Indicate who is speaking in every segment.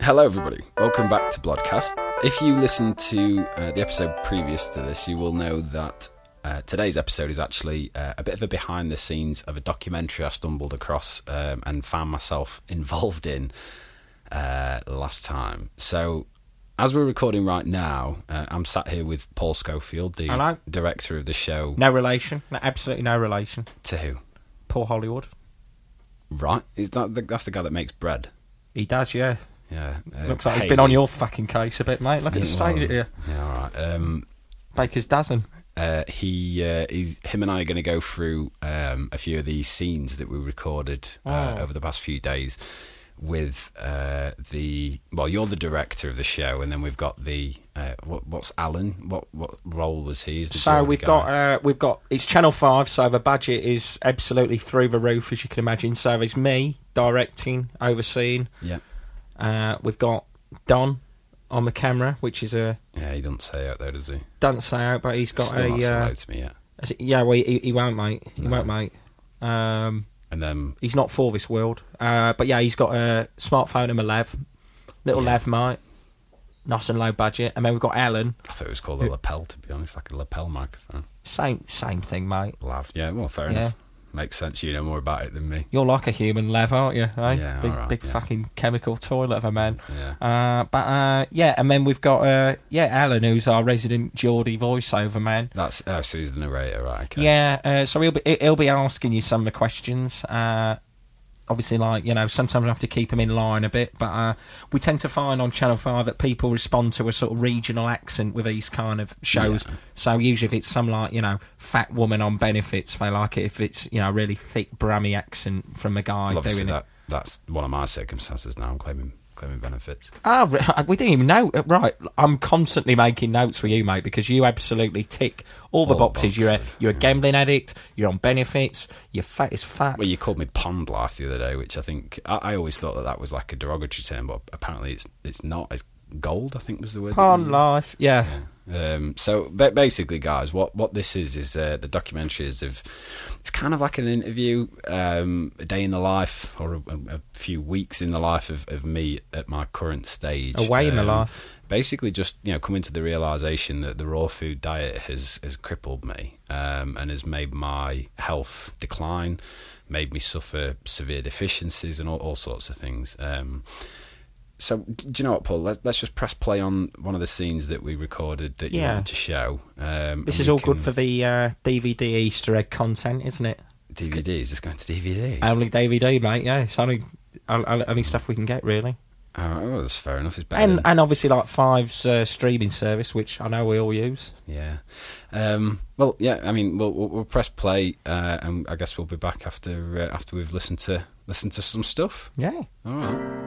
Speaker 1: Hello, everybody. Welcome back to Bloodcast. If you listened to uh, the episode previous to this, you will know that uh, today's episode is actually uh, a bit of a behind the scenes of a documentary I stumbled across um, and found myself involved in uh, last time. So, as we're recording right now, uh, I'm sat here with Paul Schofield, the
Speaker 2: Hello.
Speaker 1: director of the show.
Speaker 2: No relation. No, absolutely no relation.
Speaker 1: To who?
Speaker 2: Paul Hollywood.
Speaker 1: Right? Is that the, that's the guy that makes bread?
Speaker 2: He does, yeah.
Speaker 1: Yeah. uh,
Speaker 2: Looks like he's
Speaker 1: hey,
Speaker 2: been on
Speaker 1: we-
Speaker 2: your fucking case a bit, mate. Look at
Speaker 1: Yeah,
Speaker 2: the stage
Speaker 1: well,
Speaker 2: here.
Speaker 1: Yeah, all right. Um,
Speaker 2: Baker's dozen.
Speaker 1: uh, he uh, he's, him and I are going to go through um, a few of the scenes that we recorded uh,
Speaker 2: Oh.
Speaker 1: over the past few days with uh, the well you're the director of the show and then we've got the uh, what, what's Alan what what role was he Is the
Speaker 2: So
Speaker 1: jury
Speaker 2: we've
Speaker 1: guy?
Speaker 2: got uh, we've got it's Channel Five, so the budget is absolutely through the roof, as you can imagine. So it's me directing, overseeing.
Speaker 1: yeah
Speaker 2: Uh, we've got Don on the camera, which is a
Speaker 1: yeah he doesn't say out there does he
Speaker 2: don't say out, but he's got
Speaker 1: still not
Speaker 2: a
Speaker 1: said
Speaker 2: uh,
Speaker 1: hello to me yet
Speaker 2: is it- yeah. Well, he, he won't, mate. He
Speaker 1: No.
Speaker 2: won't, mate. Um,
Speaker 1: and then
Speaker 2: he's not for this world. Uh, but yeah, he's got a smartphone and a lav, little
Speaker 1: Yeah.
Speaker 2: lav mate, nice and low budget. And then we've got Alan,
Speaker 1: I thought it was called a lapel to be honest like a lapel microphone
Speaker 2: same same thing, mate.
Speaker 1: laugh yeah well fair
Speaker 2: Yeah.
Speaker 1: enough makes sense you know more about it than me
Speaker 2: You're like a human lav, aren't you? eh?
Speaker 1: Yeah,
Speaker 2: big
Speaker 1: alright,
Speaker 2: big
Speaker 1: yeah.
Speaker 2: fucking chemical toilet of a man.
Speaker 1: yeah
Speaker 2: Uh, but uh, yeah, and then we've got uh, yeah Alan, who's our resident Geordie voiceover man.
Speaker 1: that's oh so he's the narrator right okay
Speaker 2: Yeah, uh, so he'll be he'll be asking you some of the questions. Uh, obviously, like you know, sometimes we have to keep him in line a bit, but uh, we tend to find on Channel Five that people respond to a sort of regional accent with these kind of shows.
Speaker 1: Yeah.
Speaker 2: So usually, if it's some like you know fat woman on benefits, they like it. If it's you know a really thick Brammy accent from a guy
Speaker 1: Well, obviously
Speaker 2: doing
Speaker 1: that
Speaker 2: it.
Speaker 1: that's one of my circumstances now. I'm claiming claiming benefits.
Speaker 2: Ah, re- we didn't even know. uh, Right, I'm constantly making notes with you, mate, because you absolutely tick all the
Speaker 1: All the
Speaker 2: boxes. You're a,
Speaker 1: boxes,
Speaker 2: you're a
Speaker 1: yeah.
Speaker 2: gambling addict. You're on benefits. You're fat as fat.
Speaker 1: Well, you called me pond life the other day, which I think I, I always thought that that was like a derogatory term, but apparently it's it's not. It's gold, I think was the word. that you
Speaker 2: Pond
Speaker 1: used.
Speaker 2: life, yeah.
Speaker 1: Um, so ba- basically, guys, what, what this is is uh, the documentary is of it's kind of like an interview, um, a day in the life or a, a- a few weeks in the life of, of me at my current stage.
Speaker 2: Away in the
Speaker 1: Um,
Speaker 2: life.
Speaker 1: Basically, just you know, coming to the realization that the raw food diet has has crippled me um, and has made my health decline, made me suffer severe deficiencies and all, all sorts of things. Um, so d- do you know what, Paul? Let, let's just press play on one of the scenes that we recorded that you
Speaker 2: Yeah.
Speaker 1: wanted to show. Um,
Speaker 2: This
Speaker 1: and
Speaker 2: is
Speaker 1: we
Speaker 2: all good
Speaker 1: can-
Speaker 2: for the uh, DVD Easter egg content, isn't it?
Speaker 1: DVDs. It's going to DVD.
Speaker 2: Only DVD, mate. Yeah, it's only on- on- only stuff we can get really,
Speaker 1: All right, well, that's fair enough. It's better.
Speaker 2: and
Speaker 1: than-
Speaker 2: and obviously like Five's uh, streaming service, which I know we all use.
Speaker 1: yeah. Um, well, yeah. I mean, we'll, we'll, we'll press play, uh, and I guess we'll be back after uh, after we've listened to listened to some stuff.
Speaker 2: Yeah.
Speaker 1: All right.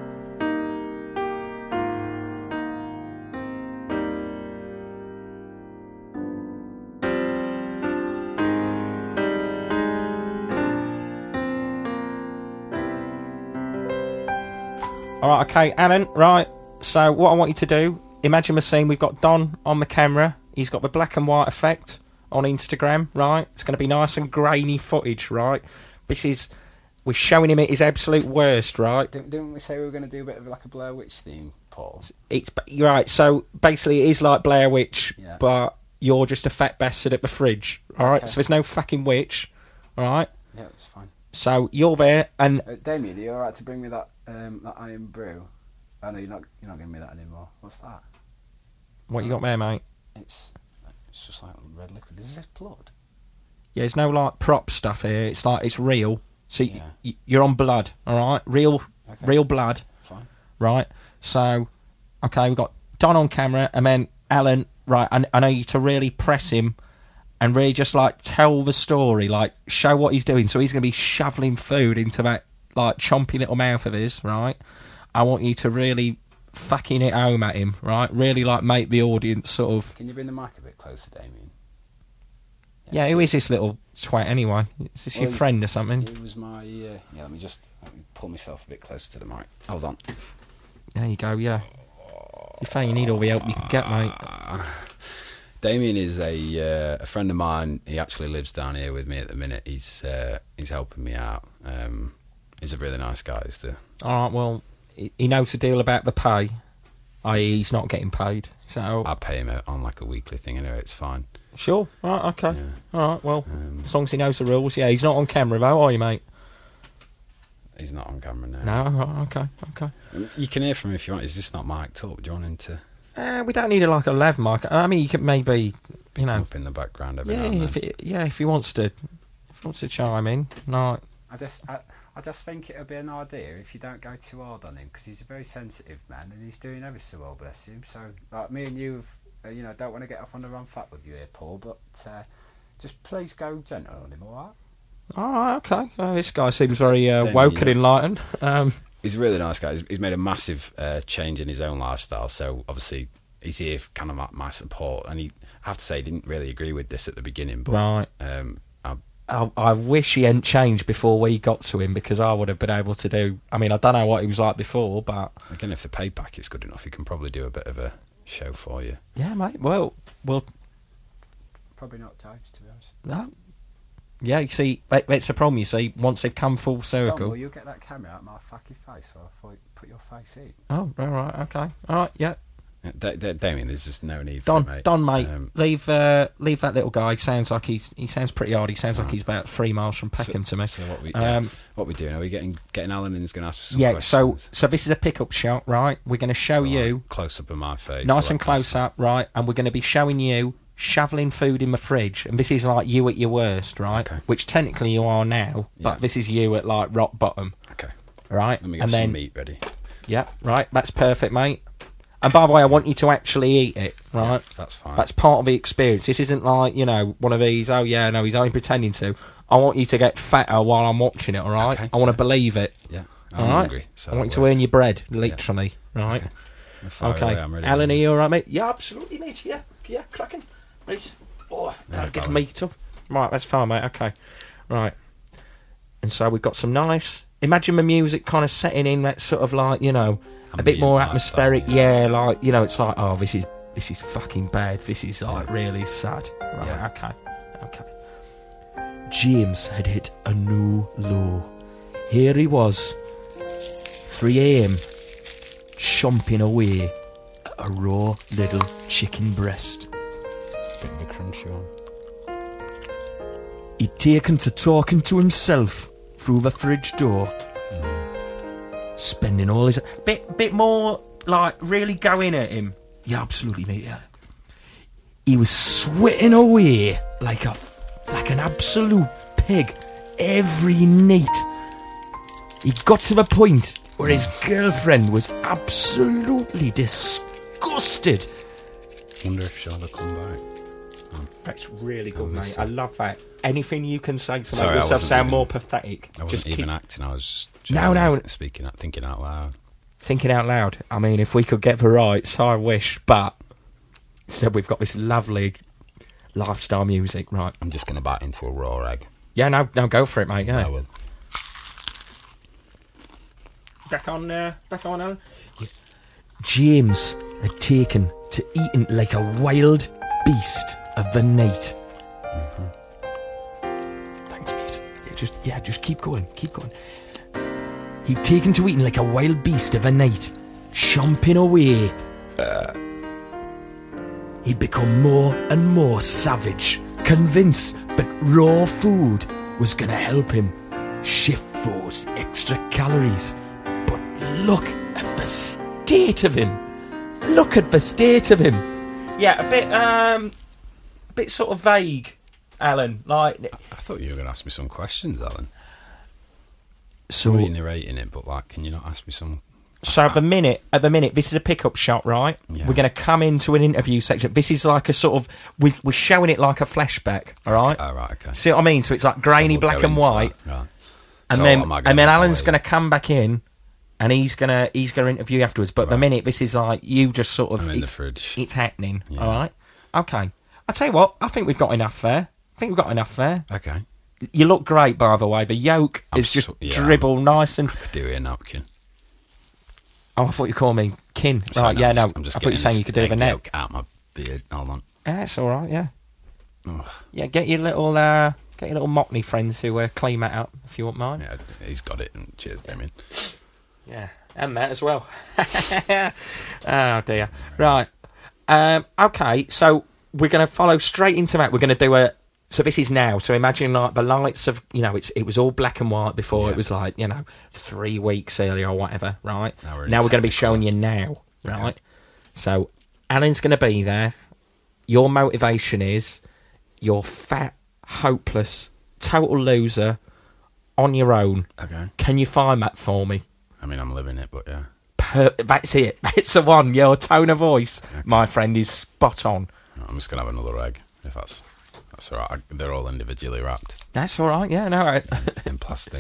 Speaker 2: All right. Okay, Alan. Right. So what I want you to do, imagine a scene. We've got Don on the camera. He's got the black and white effect on Instagram. Right. It's going to be nice and grainy footage. Right. This is we're showing him at his absolute worst. Right.
Speaker 1: Didn't, didn't we say we were going to do a bit of like a Blair Witch theme, Paul?
Speaker 2: it's ba- you're right. So basically, it is like Blair Witch,
Speaker 1: Yeah.
Speaker 2: but you're just a fat bastard at the fridge. All right.
Speaker 1: Okay.
Speaker 2: So there's no fucking witch. All right.
Speaker 1: Yeah, that's fine.
Speaker 2: So you're there, and
Speaker 1: Uh, Damien, are you all right to bring me that um, that iron brew? I know you're not you're not giving me that anymore. What's that?
Speaker 2: what you got there, mate?
Speaker 1: It's it's just like red liquid. Is this blood?
Speaker 2: Yeah, there's no like prop stuff here. It's like it's real. So y
Speaker 1: Yeah.
Speaker 2: y- you're on blood. All right. Real,
Speaker 1: Okay.
Speaker 2: real blood.
Speaker 1: Fine.
Speaker 2: Right. So, okay, we've got Don on camera, and then Alan. Right. I, I know you to really press him. And really, just like tell the story, like show what he's doing. So he's going to be shoveling food into that like chompy little mouth of his, right? I want you to really fucking it home at him, right? Really like make the audience sort of,
Speaker 1: Can you bring the mic a bit closer, Damien?
Speaker 2: yeah. Who is this little twat anyway? Is this
Speaker 1: Well,
Speaker 2: your
Speaker 1: he's-
Speaker 2: friend or something?
Speaker 1: It was my uh, yeah. Let me just let me pull myself a bit closer to the mic. Hold on.
Speaker 2: There you go, yeah. You find you need all the help you can get, mate.
Speaker 1: Ah. Damien is a uh, a friend of mine. He actually lives down here with me at the minute. He's uh, he's helping me out. Um, he's a really nice guy. He's the
Speaker 2: All right, well, he- he knows a deal about the pay, i.e., he's not getting paid. So
Speaker 1: I pay him on like a weekly thing anyway. It's fine.
Speaker 2: sure, right, okay,
Speaker 1: Yeah.
Speaker 2: all right. Well,
Speaker 1: Um,
Speaker 2: as long as he knows the rules, yeah, he's not on camera though, are you, mate?
Speaker 1: He's not on camera now.
Speaker 2: No, right, okay, okay.
Speaker 1: Um, You can hear from him if you want. He's just not mic'd up. Do you want him to
Speaker 2: Uh, we don't need a, like a lav mic. I mean, you could maybe, you
Speaker 1: come
Speaker 2: know,
Speaker 1: up in the background every now
Speaker 2: yeah,
Speaker 1: and
Speaker 2: if
Speaker 1: then?
Speaker 2: it, yeah, if he wants to, if he wants to chime in, no,
Speaker 3: I just, I, I just think it would be an idea if you don't go too hard on him because he's a very sensitive man and he's doing ever so well, bless him. So, like me and you, have, uh, you know, don't want to get off on the wrong foot with you here, Paul. But uh, just please go gentle on him, all right?
Speaker 2: all right, okay. Uh, this guy seems very uh,
Speaker 1: Then,
Speaker 2: woke and
Speaker 1: yeah.
Speaker 2: enlightened. Um,
Speaker 1: He's a really nice guy. He's, he's made a massive uh, change in his own lifestyle. So obviously he's here for kind of my, my support. And he, I have to say, he didn't really agree with this at the beginning, but
Speaker 2: Right.
Speaker 1: um, I,
Speaker 2: I, I wish he hadn't changed before we got to him because I would have been able to do. I mean, I don't know what he was like before, but
Speaker 1: again, if the payback is good enough, he can probably do a bit of a show for you.
Speaker 2: yeah, mate. Well, well,
Speaker 3: Probably not James, to be honest.
Speaker 2: no. yeah. You see, that, that's the problem. You see, once they've come full
Speaker 3: Don,
Speaker 2: circle.
Speaker 3: will you get that camera out of my fucking face or I'll fi- put your face in?
Speaker 2: Oh, all right, okay, all right, yeah.
Speaker 1: Uh, Da- Da- Damien, there's just no need
Speaker 2: Don,
Speaker 1: for it, mate.
Speaker 2: Don, mate,
Speaker 1: Um,
Speaker 2: leave, uh, leave that little guy. He sounds like he's he sounds pretty hard. He sounds like he's about three miles from Peckham
Speaker 1: Uh-huh. so,
Speaker 2: to me.
Speaker 1: So what we yeah,
Speaker 2: Um,
Speaker 1: what we doing? Are we getting getting Alan and he's going to ask for some
Speaker 2: yeah, so
Speaker 1: questions?
Speaker 2: so this is a pickup shot, right? We're going to show
Speaker 1: Right,
Speaker 2: you
Speaker 1: close up in my face, all
Speaker 2: nice
Speaker 1: that
Speaker 2: and
Speaker 1: kind of
Speaker 2: close up, right? And we're going to be showing you shoveling food in the fridge, and this is like you at your worst, right?
Speaker 1: Okay.
Speaker 2: Which technically you are now,
Speaker 1: Yeah.
Speaker 2: but this is you at like rock bottom,
Speaker 1: stuff. Okay,
Speaker 2: right?
Speaker 1: let me get
Speaker 2: and
Speaker 1: some
Speaker 2: then,
Speaker 1: meat ready.
Speaker 2: yeah, right, that's perfect, mate. And by the way, I want you to actually eat it, right?
Speaker 1: That's fine.
Speaker 2: That's part of the experience. This isn't like you know one of these. Oh yeah, no, he's only pretending to. I want you to get fatter while I'm watching it. All right,
Speaker 1: Okay.
Speaker 2: I want to believe it.
Speaker 1: yeah,
Speaker 2: all
Speaker 1: I'm
Speaker 2: right?
Speaker 1: hungry. So
Speaker 2: I want you
Speaker 1: that
Speaker 2: to
Speaker 1: works.
Speaker 2: earn your bread, literally. Right.
Speaker 1: Fire
Speaker 2: Okay.
Speaker 1: away, I'm ready.
Speaker 2: Alan, are you all right, mate? Yeah, absolutely, mate. Yeah, yeah, cracking. Mate. Oh,
Speaker 1: Yeah,
Speaker 2: I'll get
Speaker 1: Alan.
Speaker 2: meat up. Right, that's fine, mate. Okay. Right. And so we've got some nice. Imagine the music kind of setting in that sort of like you know a bit
Speaker 1: Ambient
Speaker 2: more
Speaker 1: lifestyle,
Speaker 2: atmospheric.
Speaker 1: yeah.
Speaker 2: Yeah, like you know, it's like oh, this is this is fucking bad. This is like really sad. Right,
Speaker 1: Yeah.
Speaker 2: okay, okay. James had hit a new low. Here he was, 3 a.m., chomping away at a raw little chicken breast.
Speaker 1: Bit of a crunchy one.
Speaker 2: He'd taken to talking to himself through the fridge door, spending all his bit bit more like really going at him. Yeah, absolutely, mate. Yeah, he was sweating away like a like an absolute pig every night. He got to the point where his girlfriend was absolutely disgusted.
Speaker 1: Wonder if she'll ever come back.
Speaker 2: That's really
Speaker 1: I
Speaker 2: good,
Speaker 1: miss
Speaker 2: mate.
Speaker 1: it.
Speaker 2: I love that. Anything you can say to
Speaker 1: Sorry, I
Speaker 2: make yourself
Speaker 1: wasn't
Speaker 2: sound
Speaker 1: even-
Speaker 2: more pathetic.
Speaker 1: I wasn't
Speaker 2: Just keep
Speaker 1: even acting. I was just
Speaker 2: No,
Speaker 1: generally
Speaker 2: no.
Speaker 1: speaking, out- thinking out loud.
Speaker 2: thinking out loud. I mean, if we could get the rights, I wish. But instead, we've got this lovely lifestyle music, right?
Speaker 1: I'm just going to bite into a raw egg.
Speaker 2: Yeah, no, no, go for it, mate. Yeah,
Speaker 1: I will.
Speaker 2: back on, uh, back on, Alan. James had taken to eating like a wild beast of the night. Mm-hmm. Thanks, mate. Yeah, just yeah, just keep going, keep going. He'd taken to eating like a wild beast of a night, chomping away. He'd become more and more savage, convinced that raw food was going to help him shift those extra calories. But look at the state of him. Look at the state of him. Yeah, a bit um, a bit sort of vague, Alan. Like
Speaker 1: I thought you were going to ask me some questions, Alan.
Speaker 2: so.
Speaker 1: Well, you're narrating it, but like, can you not ask me some?
Speaker 2: So at the minute, at the minute, this is a pickup shot, right?
Speaker 1: Yeah.
Speaker 2: We're going to come into an interview section. This is like a sort of we, we're showing it like a flashback, all right?
Speaker 1: All uh, right, okay.
Speaker 2: See what I mean? So it's like grainy
Speaker 1: So we'll
Speaker 2: black
Speaker 1: go
Speaker 2: and
Speaker 1: into
Speaker 2: white,
Speaker 1: that, Right.
Speaker 2: and
Speaker 1: So
Speaker 2: then
Speaker 1: am I gonna
Speaker 2: and then
Speaker 1: have my
Speaker 2: Alan's
Speaker 1: way?
Speaker 2: going to come back in, and he's gonna he's gonna interview you afterwards. But at the minute, this is like you just sort of
Speaker 1: I'm in the
Speaker 2: it's,
Speaker 1: fridge.
Speaker 2: it's happening,
Speaker 1: Yeah.
Speaker 2: all right? Okay, I tell you what, I think we've got enough there. I think we've got enough there.
Speaker 1: Okay.
Speaker 2: You look great, by the way. The yolk
Speaker 1: I'm
Speaker 2: is just
Speaker 1: so- yeah, I'm-
Speaker 2: dribble nice and
Speaker 1: Do a napkin.
Speaker 2: Oh, I thought you called me kin.
Speaker 1: So
Speaker 2: right,
Speaker 1: now
Speaker 2: yeah,
Speaker 1: I'm
Speaker 2: no.
Speaker 1: just- I'm just
Speaker 2: I thought you were
Speaker 1: getting
Speaker 2: saying
Speaker 1: this
Speaker 2: you could do the
Speaker 1: egg
Speaker 2: neck.
Speaker 1: yolk Out my beard. Hold on.
Speaker 2: Yeah, that's all right, yeah.
Speaker 1: Ugh.
Speaker 2: Yeah, get your little uh, get your little Mockney friends who uh, clean that up, if you won't mind.
Speaker 1: Yeah, he's got it. And cheers, Damien.
Speaker 2: Yeah, and Matt as well. oh dear. Right. Um, okay, so we're going to follow straight into that. We're going to do a. So this is now. So imagine like the lights of you know it's it was all black and white before.
Speaker 1: Yeah.
Speaker 2: It was like you know three weeks earlier or whatever, right?
Speaker 1: Now we're in
Speaker 2: now we're going to be
Speaker 1: technical.
Speaker 2: showing you now, right? So Alan's going to be there. Your motivation is you're fat, hopeless, total loser on your own.
Speaker 1: Okay.
Speaker 2: Can you find that for me?
Speaker 1: I mean, I'm living it, but yeah.
Speaker 2: per- that's it. That's the one. Your tone of voice, my friend, is spot on.
Speaker 1: I'm just going to have another egg, if that's. That's all right. I- They're all individually wrapped
Speaker 2: That's all right. Yeah, no, I-
Speaker 1: in plastic.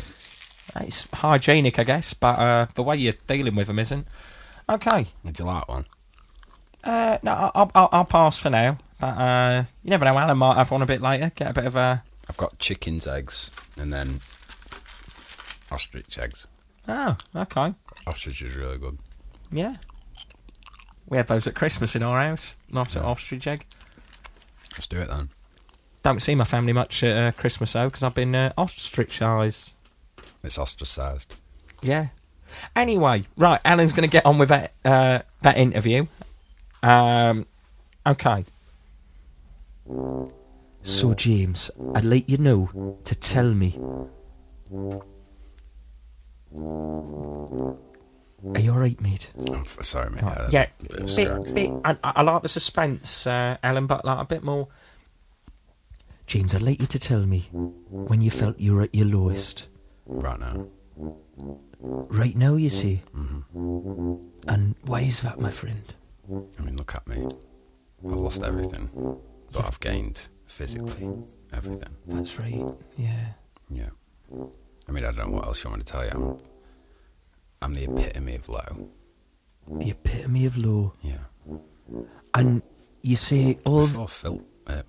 Speaker 2: it's hygienic, I guess, but uh, the way you're dealing with them isn't. Okay.
Speaker 1: Would you like one?
Speaker 2: Uh, no, I- I'll, I'll, I'll pass for now. But uh, you never know. Alan might have one a bit later. Get a bit of a.
Speaker 1: I've got chicken's eggs and then ostrich eggs.
Speaker 2: Oh, okay.
Speaker 1: Ostrich is really good.
Speaker 2: Yeah. We had those at Christmas in our house. Not an
Speaker 1: Yeah.
Speaker 2: ostrich egg.
Speaker 1: Let's do it then.
Speaker 2: Don't see my family much at uh, Christmas though, because I've been uh, ostrichised.
Speaker 1: It's ostracized.
Speaker 2: Yeah. Anyway, right, Alan's going to get on with that uh, that interview. Um, okay. So James, I'd like you know to tell me. Are you alright, mate?
Speaker 1: I'm f- sorry, mate.
Speaker 2: Right,
Speaker 1: Yeah,
Speaker 2: yeah,
Speaker 1: that's a bit of a
Speaker 2: bit,
Speaker 1: scratch.
Speaker 2: bit, and I, I like the suspense, uh, Alan, but like a bit more. James, I'd like you to tell me when you felt you were at your lowest.
Speaker 1: right now.
Speaker 2: Right now, you see. And why is that, my friend?
Speaker 1: I mean, look at me. I've lost everything, but I've gained physically everything.
Speaker 2: That's right. Yeah.
Speaker 1: Yeah. I mean, I don't know what else you want me to tell you. I'm, I'm the epitome of low.
Speaker 2: The epitome of low.
Speaker 1: Yeah.
Speaker 2: And you say all.
Speaker 1: Before Phil, uh,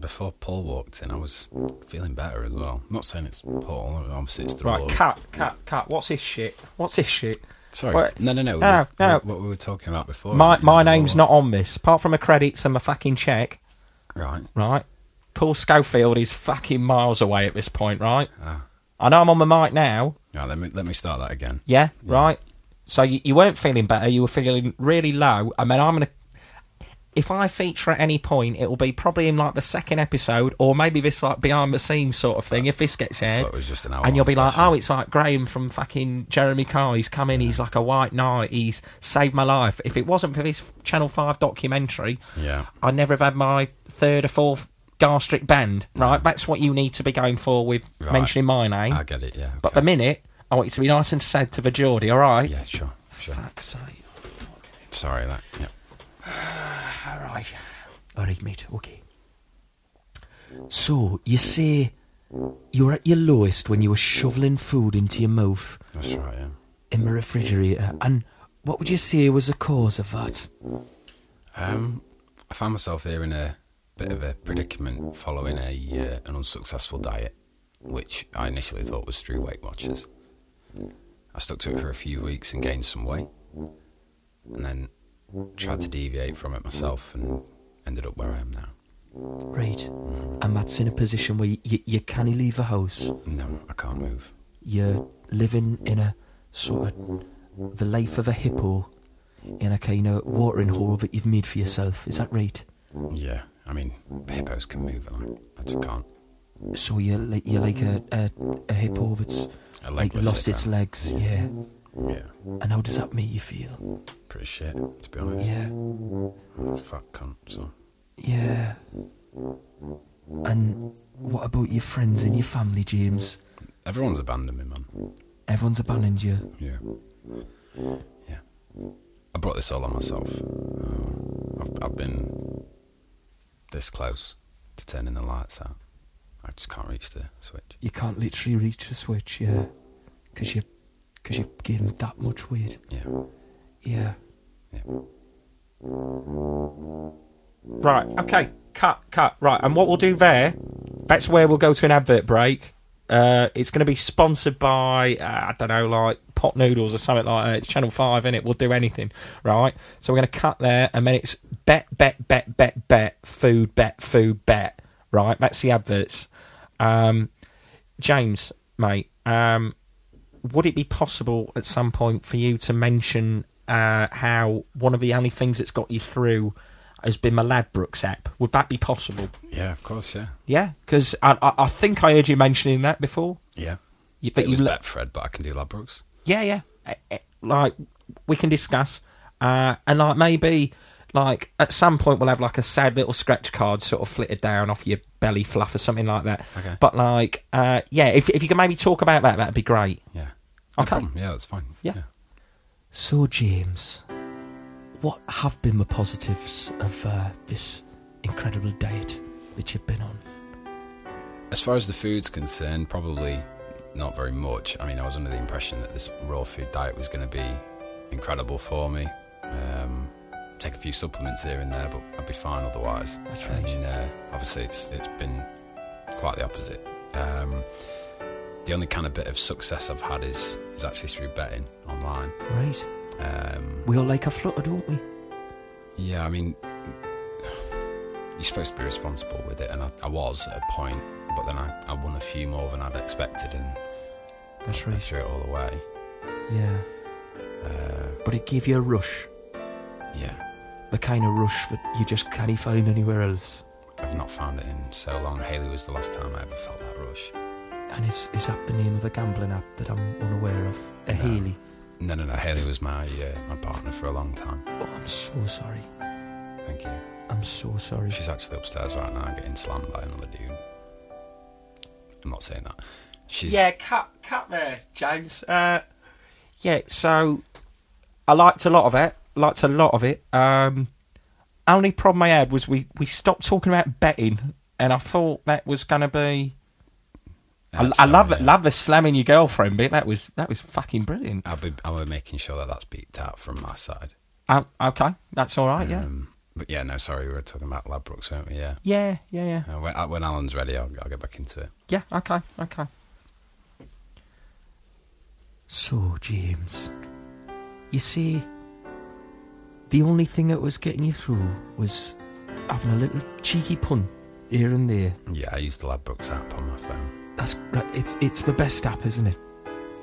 Speaker 1: before Paul walked in, I was feeling better as well. not saying it's Paul. Obviously, it's the
Speaker 2: Right,
Speaker 1: Lord.
Speaker 2: cut, cut, cut. What's this shit? What's this shit?
Speaker 1: Sorry.
Speaker 2: What-
Speaker 1: No, no, no.
Speaker 2: No,
Speaker 1: we
Speaker 2: no,
Speaker 1: were-
Speaker 2: no.
Speaker 1: What we were talking about before.
Speaker 2: My
Speaker 1: You
Speaker 2: my
Speaker 1: know,
Speaker 2: name's
Speaker 1: Lord.
Speaker 2: not on this, apart from my credits and my fucking check.
Speaker 1: Right.
Speaker 2: Right. Paul Schofield is fucking miles away at this point. Right.
Speaker 1: Ah.
Speaker 2: I know I'm on the mic now.
Speaker 1: Right, let me let me start that again.
Speaker 2: Yeah. Right. So you, you weren't feeling better. You were feeling really low. I mean, I'm gonna. If I feature at any point, it will be probably in like the second episode, or maybe this like behind the scenes sort of thing. If this gets
Speaker 1: I
Speaker 2: aired,
Speaker 1: thought it was just an hour.
Speaker 2: and you'll
Speaker 1: long
Speaker 2: be like,
Speaker 1: session.
Speaker 2: "Oh, it's like Graham from fucking Jeremy Kyle. He's come in. He's like a white knight. He's saved my life. If it wasn't for this Channel Five documentary,
Speaker 1: Yeah.
Speaker 2: I'd never have had my third or fourth gastric band. Right? That's what you need to be going for with
Speaker 1: Right.
Speaker 2: mentioning eh? my name.
Speaker 1: I get it. Yeah.
Speaker 2: But
Speaker 1: okay.
Speaker 2: the minute I want you to be nice and sad to the Geordie, all right?
Speaker 1: yeah, sure, sure.
Speaker 2: Fuck's sake.
Speaker 1: Sorry, that. Yeah.
Speaker 2: All right. All right, mate. Okay. So, you say you were at your lowest when you were shoveling food into your mouth
Speaker 1: That's right. Yeah.
Speaker 2: in the refrigerator. And what would you say was the cause of that?
Speaker 1: Um, I found myself here in a bit of a predicament following a uh, an unsuccessful diet, which I initially thought was through Weight Watchers. I stuck to it for a few weeks and gained some weight, and then tried to deviate from it myself and ended up where I am now.
Speaker 2: Right. And that's in a position where you, you, you can't leave the house.
Speaker 1: No, I can't move.
Speaker 2: You're living in a sort of the life of a hippo in a kind of watering hole that you've made for yourself. Is that right?
Speaker 1: Yeah, I mean hippos can move, and I, I just can't.
Speaker 2: So you're like, you're like a, a, a hippo that's
Speaker 1: A
Speaker 2: like
Speaker 1: legless
Speaker 2: lost its
Speaker 1: hippo.
Speaker 2: legs, yeah.
Speaker 1: Yeah,
Speaker 2: And how does that make you feel?
Speaker 1: pretty shit to be honest.
Speaker 2: Yeah,
Speaker 1: Fuck cunt. So
Speaker 2: yeah. And what about your friends and your family, James?
Speaker 1: everyone's abandoned me, man.
Speaker 2: Everyone's abandoned you.
Speaker 1: Yeah, yeah. I brought this all on myself. Uh, I've, I've been this close to turning the lights out. I just can't reach the switch.
Speaker 2: You can't literally reach the switch, yeah. Because you, cause you've given that much weight.
Speaker 1: Yeah,
Speaker 2: Yeah.
Speaker 1: yeah.
Speaker 2: Right, okay, cut, cut. Right, and what we'll do there, that's where we'll go to an advert break. Uh, it's going to be sponsored by, uh, I don't know, like pot noodles or something like that. It's Channel 5, innit? We'll do anything, right? So we're going to cut there, and then it's bet, bet, bet, bet, bet, food, bet, food, bet, right? That's the adverts. Um, James, mate, um, would it be possible at some point for you to mention uh, how one of the only things that's got you through has been my Ladbrokes app? Would that be possible?
Speaker 1: Yeah, of course, yeah.
Speaker 2: Yeah, because I, I, I think I heard you mentioning that before.
Speaker 1: Yeah.
Speaker 2: You-
Speaker 1: It was
Speaker 2: le-
Speaker 1: Betfred, but I can do Labrooks.
Speaker 2: yeah, yeah. Eh, eh, Like we can discuss, uh, and like maybe like at some point we'll have like a sad little scratch card sort of flitted down off your belly fluff or something like that.
Speaker 1: Okay.
Speaker 2: But like, uh, yeah, if if you can maybe talk about that, that'd be great.
Speaker 1: Yeah.
Speaker 2: Okay.
Speaker 1: problem. Yeah, that's fine.
Speaker 2: Yeah. So, James, what have been the positives of uh, this incredible diet that you've been on?
Speaker 1: As far as the food's concerned, probably not very much. I mean, I was under the impression that this raw food diet was going to be incredible for me. Um, take a few supplements here and there, but I'd be fine otherwise.
Speaker 2: That's right.
Speaker 1: And uh, obviously, it's it's been quite the opposite. Um, the only kind of bit of success I've had is is actually through betting online.
Speaker 2: Right,
Speaker 1: Um,
Speaker 2: we all like a flutter, don't we?
Speaker 1: yeah, I mean, you're supposed to be responsible with it, and I, I was at a point, but then I, I won a few more than I'd expected, and
Speaker 2: That's
Speaker 1: I threw it all away.
Speaker 2: Yeah,
Speaker 1: Uh,
Speaker 2: but it gave you a rush,
Speaker 1: yeah,
Speaker 2: the kind of rush that you just can't find anywhere else. I've
Speaker 1: I've not found it in so long. Haley was the last time I ever felt that rush.
Speaker 2: And is is that the name of a gambling app that I'm unaware of? A
Speaker 1: No.
Speaker 2: Healy.
Speaker 1: No, no, no. Haley was my uh, my partner for a long time.
Speaker 2: Oh, I'm so sorry.
Speaker 1: Thank you.
Speaker 2: I'm so sorry.
Speaker 1: She's actually upstairs right now, getting slammed by another dude. I'm not saying that. She's
Speaker 2: Uh, cut, cut there, James. Uh, yeah, so I liked a lot of it. Liked a lot of it. Um, only problem I had was we, we stopped talking about betting, and I thought that was going to be. I, I
Speaker 1: That's,
Speaker 2: love
Speaker 1: uh,
Speaker 2: it. Love the slamming your girlfriend bit. That was that was fucking brilliant.
Speaker 1: I'll be I'll be making sure that that's beeped out from my side.
Speaker 2: Oh, okay, that's all right. Yeah,
Speaker 1: Um, but yeah, no, sorry, we were talking about Labrooks, weren't we? Yeah.
Speaker 2: yeah, yeah, yeah.
Speaker 1: Uh, when, uh, when Alan's ready, I'll, I'll get back into it.
Speaker 2: Yeah, okay, okay. So, James, you see, the only thing that was getting you through was having a little cheeky pun here and there.
Speaker 1: Yeah, I use the Labrooks app on my phone.
Speaker 2: That's right, it's it's the best app, isn't it?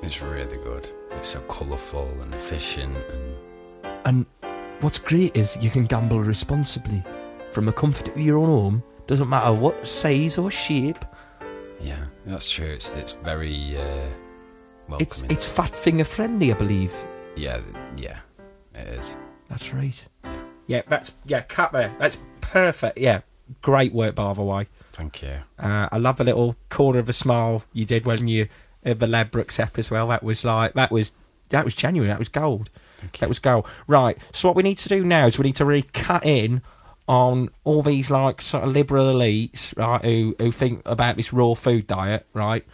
Speaker 1: It's really good. It's so colourful and efficient, and
Speaker 2: And what's great is you can gamble responsibly from the comfort of your own home. Doesn't matter what size or shape.
Speaker 1: yeah, that's true. It's it's very uh, welcoming.
Speaker 2: It's it's fat finger friendly, I believe.
Speaker 1: yeah, th- yeah, it is.
Speaker 2: That's right. Yeah, that's yeah, cut there. That's perfect. Yeah, great work by the way.
Speaker 1: Thank you.
Speaker 2: Uh, I love the little corner of a smile you did when you uh, the Ladbrokes app as well. That was like that was that was genuine. That was gold.
Speaker 1: Thank you.
Speaker 2: That was gold. Right. So what we need to do now is we need to really cut in on all these like sort of liberal elites, right? Who who think about this raw food diet, right?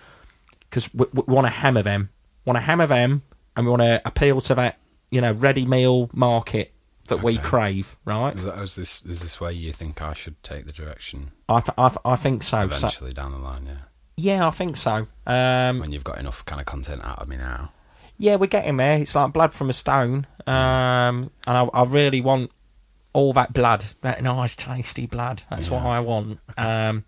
Speaker 2: Because we, we want to hammer them, want to hammer them, and we want to appeal to that you know ready meal market that we
Speaker 1: Okay.
Speaker 2: crave, right?
Speaker 1: Is, that, is this is this where you think I should take the direction
Speaker 2: I th- I, th- I think so. so.
Speaker 1: eventually down the line? Yeah,
Speaker 2: Yeah, I think so. Um,
Speaker 1: when you've got enough kind of content out of me now.
Speaker 2: yeah, we're getting there. It's like blood from a stone, um, and I, I really want all that blood, that nice, tasty blood. That's what I want. Um,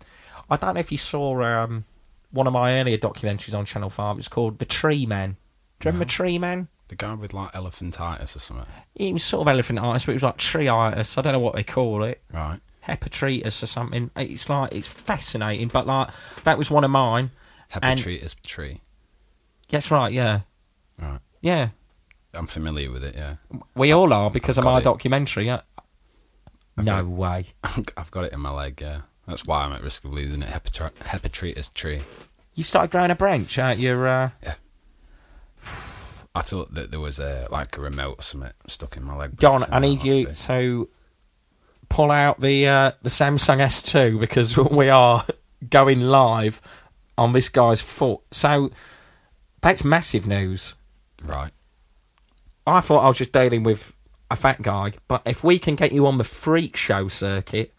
Speaker 2: I don't know if you saw um, one of my earlier documentaries on Channel Five. It's called The Tree Man. Do you remember Tree Man?
Speaker 1: The guy with like elephantitis or something,
Speaker 2: It was sort of elephant artist, but it was like tree artist. I don't know what they call it.
Speaker 1: right?
Speaker 2: Hepatitis or something. It's like it's fascinating, but like that was one of mine. And-
Speaker 1: Hepatitis tree,
Speaker 2: That's right. Yeah,
Speaker 1: right?
Speaker 2: yeah.
Speaker 1: I'm familiar with it. Yeah,
Speaker 2: We all are because of
Speaker 1: Got
Speaker 2: my
Speaker 1: it.
Speaker 2: documentary. yeah. No
Speaker 1: got it.
Speaker 2: way.
Speaker 1: I've got it in my leg. Yeah, that's why I'm at risk of losing it. Hepatri- hepatitis tree.
Speaker 2: You started growing a branch out your. Uh...
Speaker 1: I thought that there was a like a remote or something stuck in my leg. but
Speaker 2: Don,
Speaker 1: it's in
Speaker 2: I
Speaker 1: my
Speaker 2: need you
Speaker 1: arse,
Speaker 2: to pull out the uh, the Samsung S2 because we are going live on this guy's foot. So that's massive news.
Speaker 1: but- Right.
Speaker 2: I thought I was just dealing with a fat guy, but if we can get you on the freak show circuit,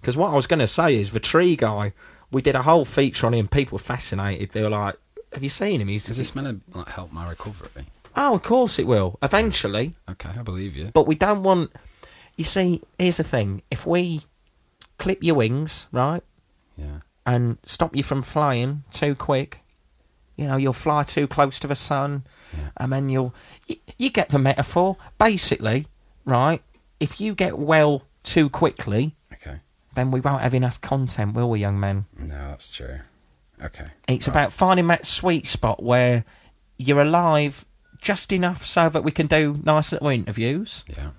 Speaker 2: because what I was going to say is the tree guy, we did a whole feature on him. People were fascinated. They were like, "Have you seen him? He's
Speaker 1: Is this meant to like help my recovery?
Speaker 2: Oh, of course it will. Eventually.
Speaker 1: Okay, I believe you.
Speaker 2: But we don't want. You see, here's the thing. If we clip your wings, right,
Speaker 1: Yeah.
Speaker 2: and stop you from flying too quick,
Speaker 4: you know, you'll fly too close to the sun,
Speaker 1: Yeah.
Speaker 4: and then you'll. You, you get the metaphor. Basically, right? If you get well too quickly,
Speaker 1: Okay.
Speaker 4: then we won't have enough content, will we, young man?
Speaker 1: No, that's true. Okay.
Speaker 4: It's about finding that sweet spot where you're alive just enough so that we can do nice little interviews
Speaker 1: Yeah.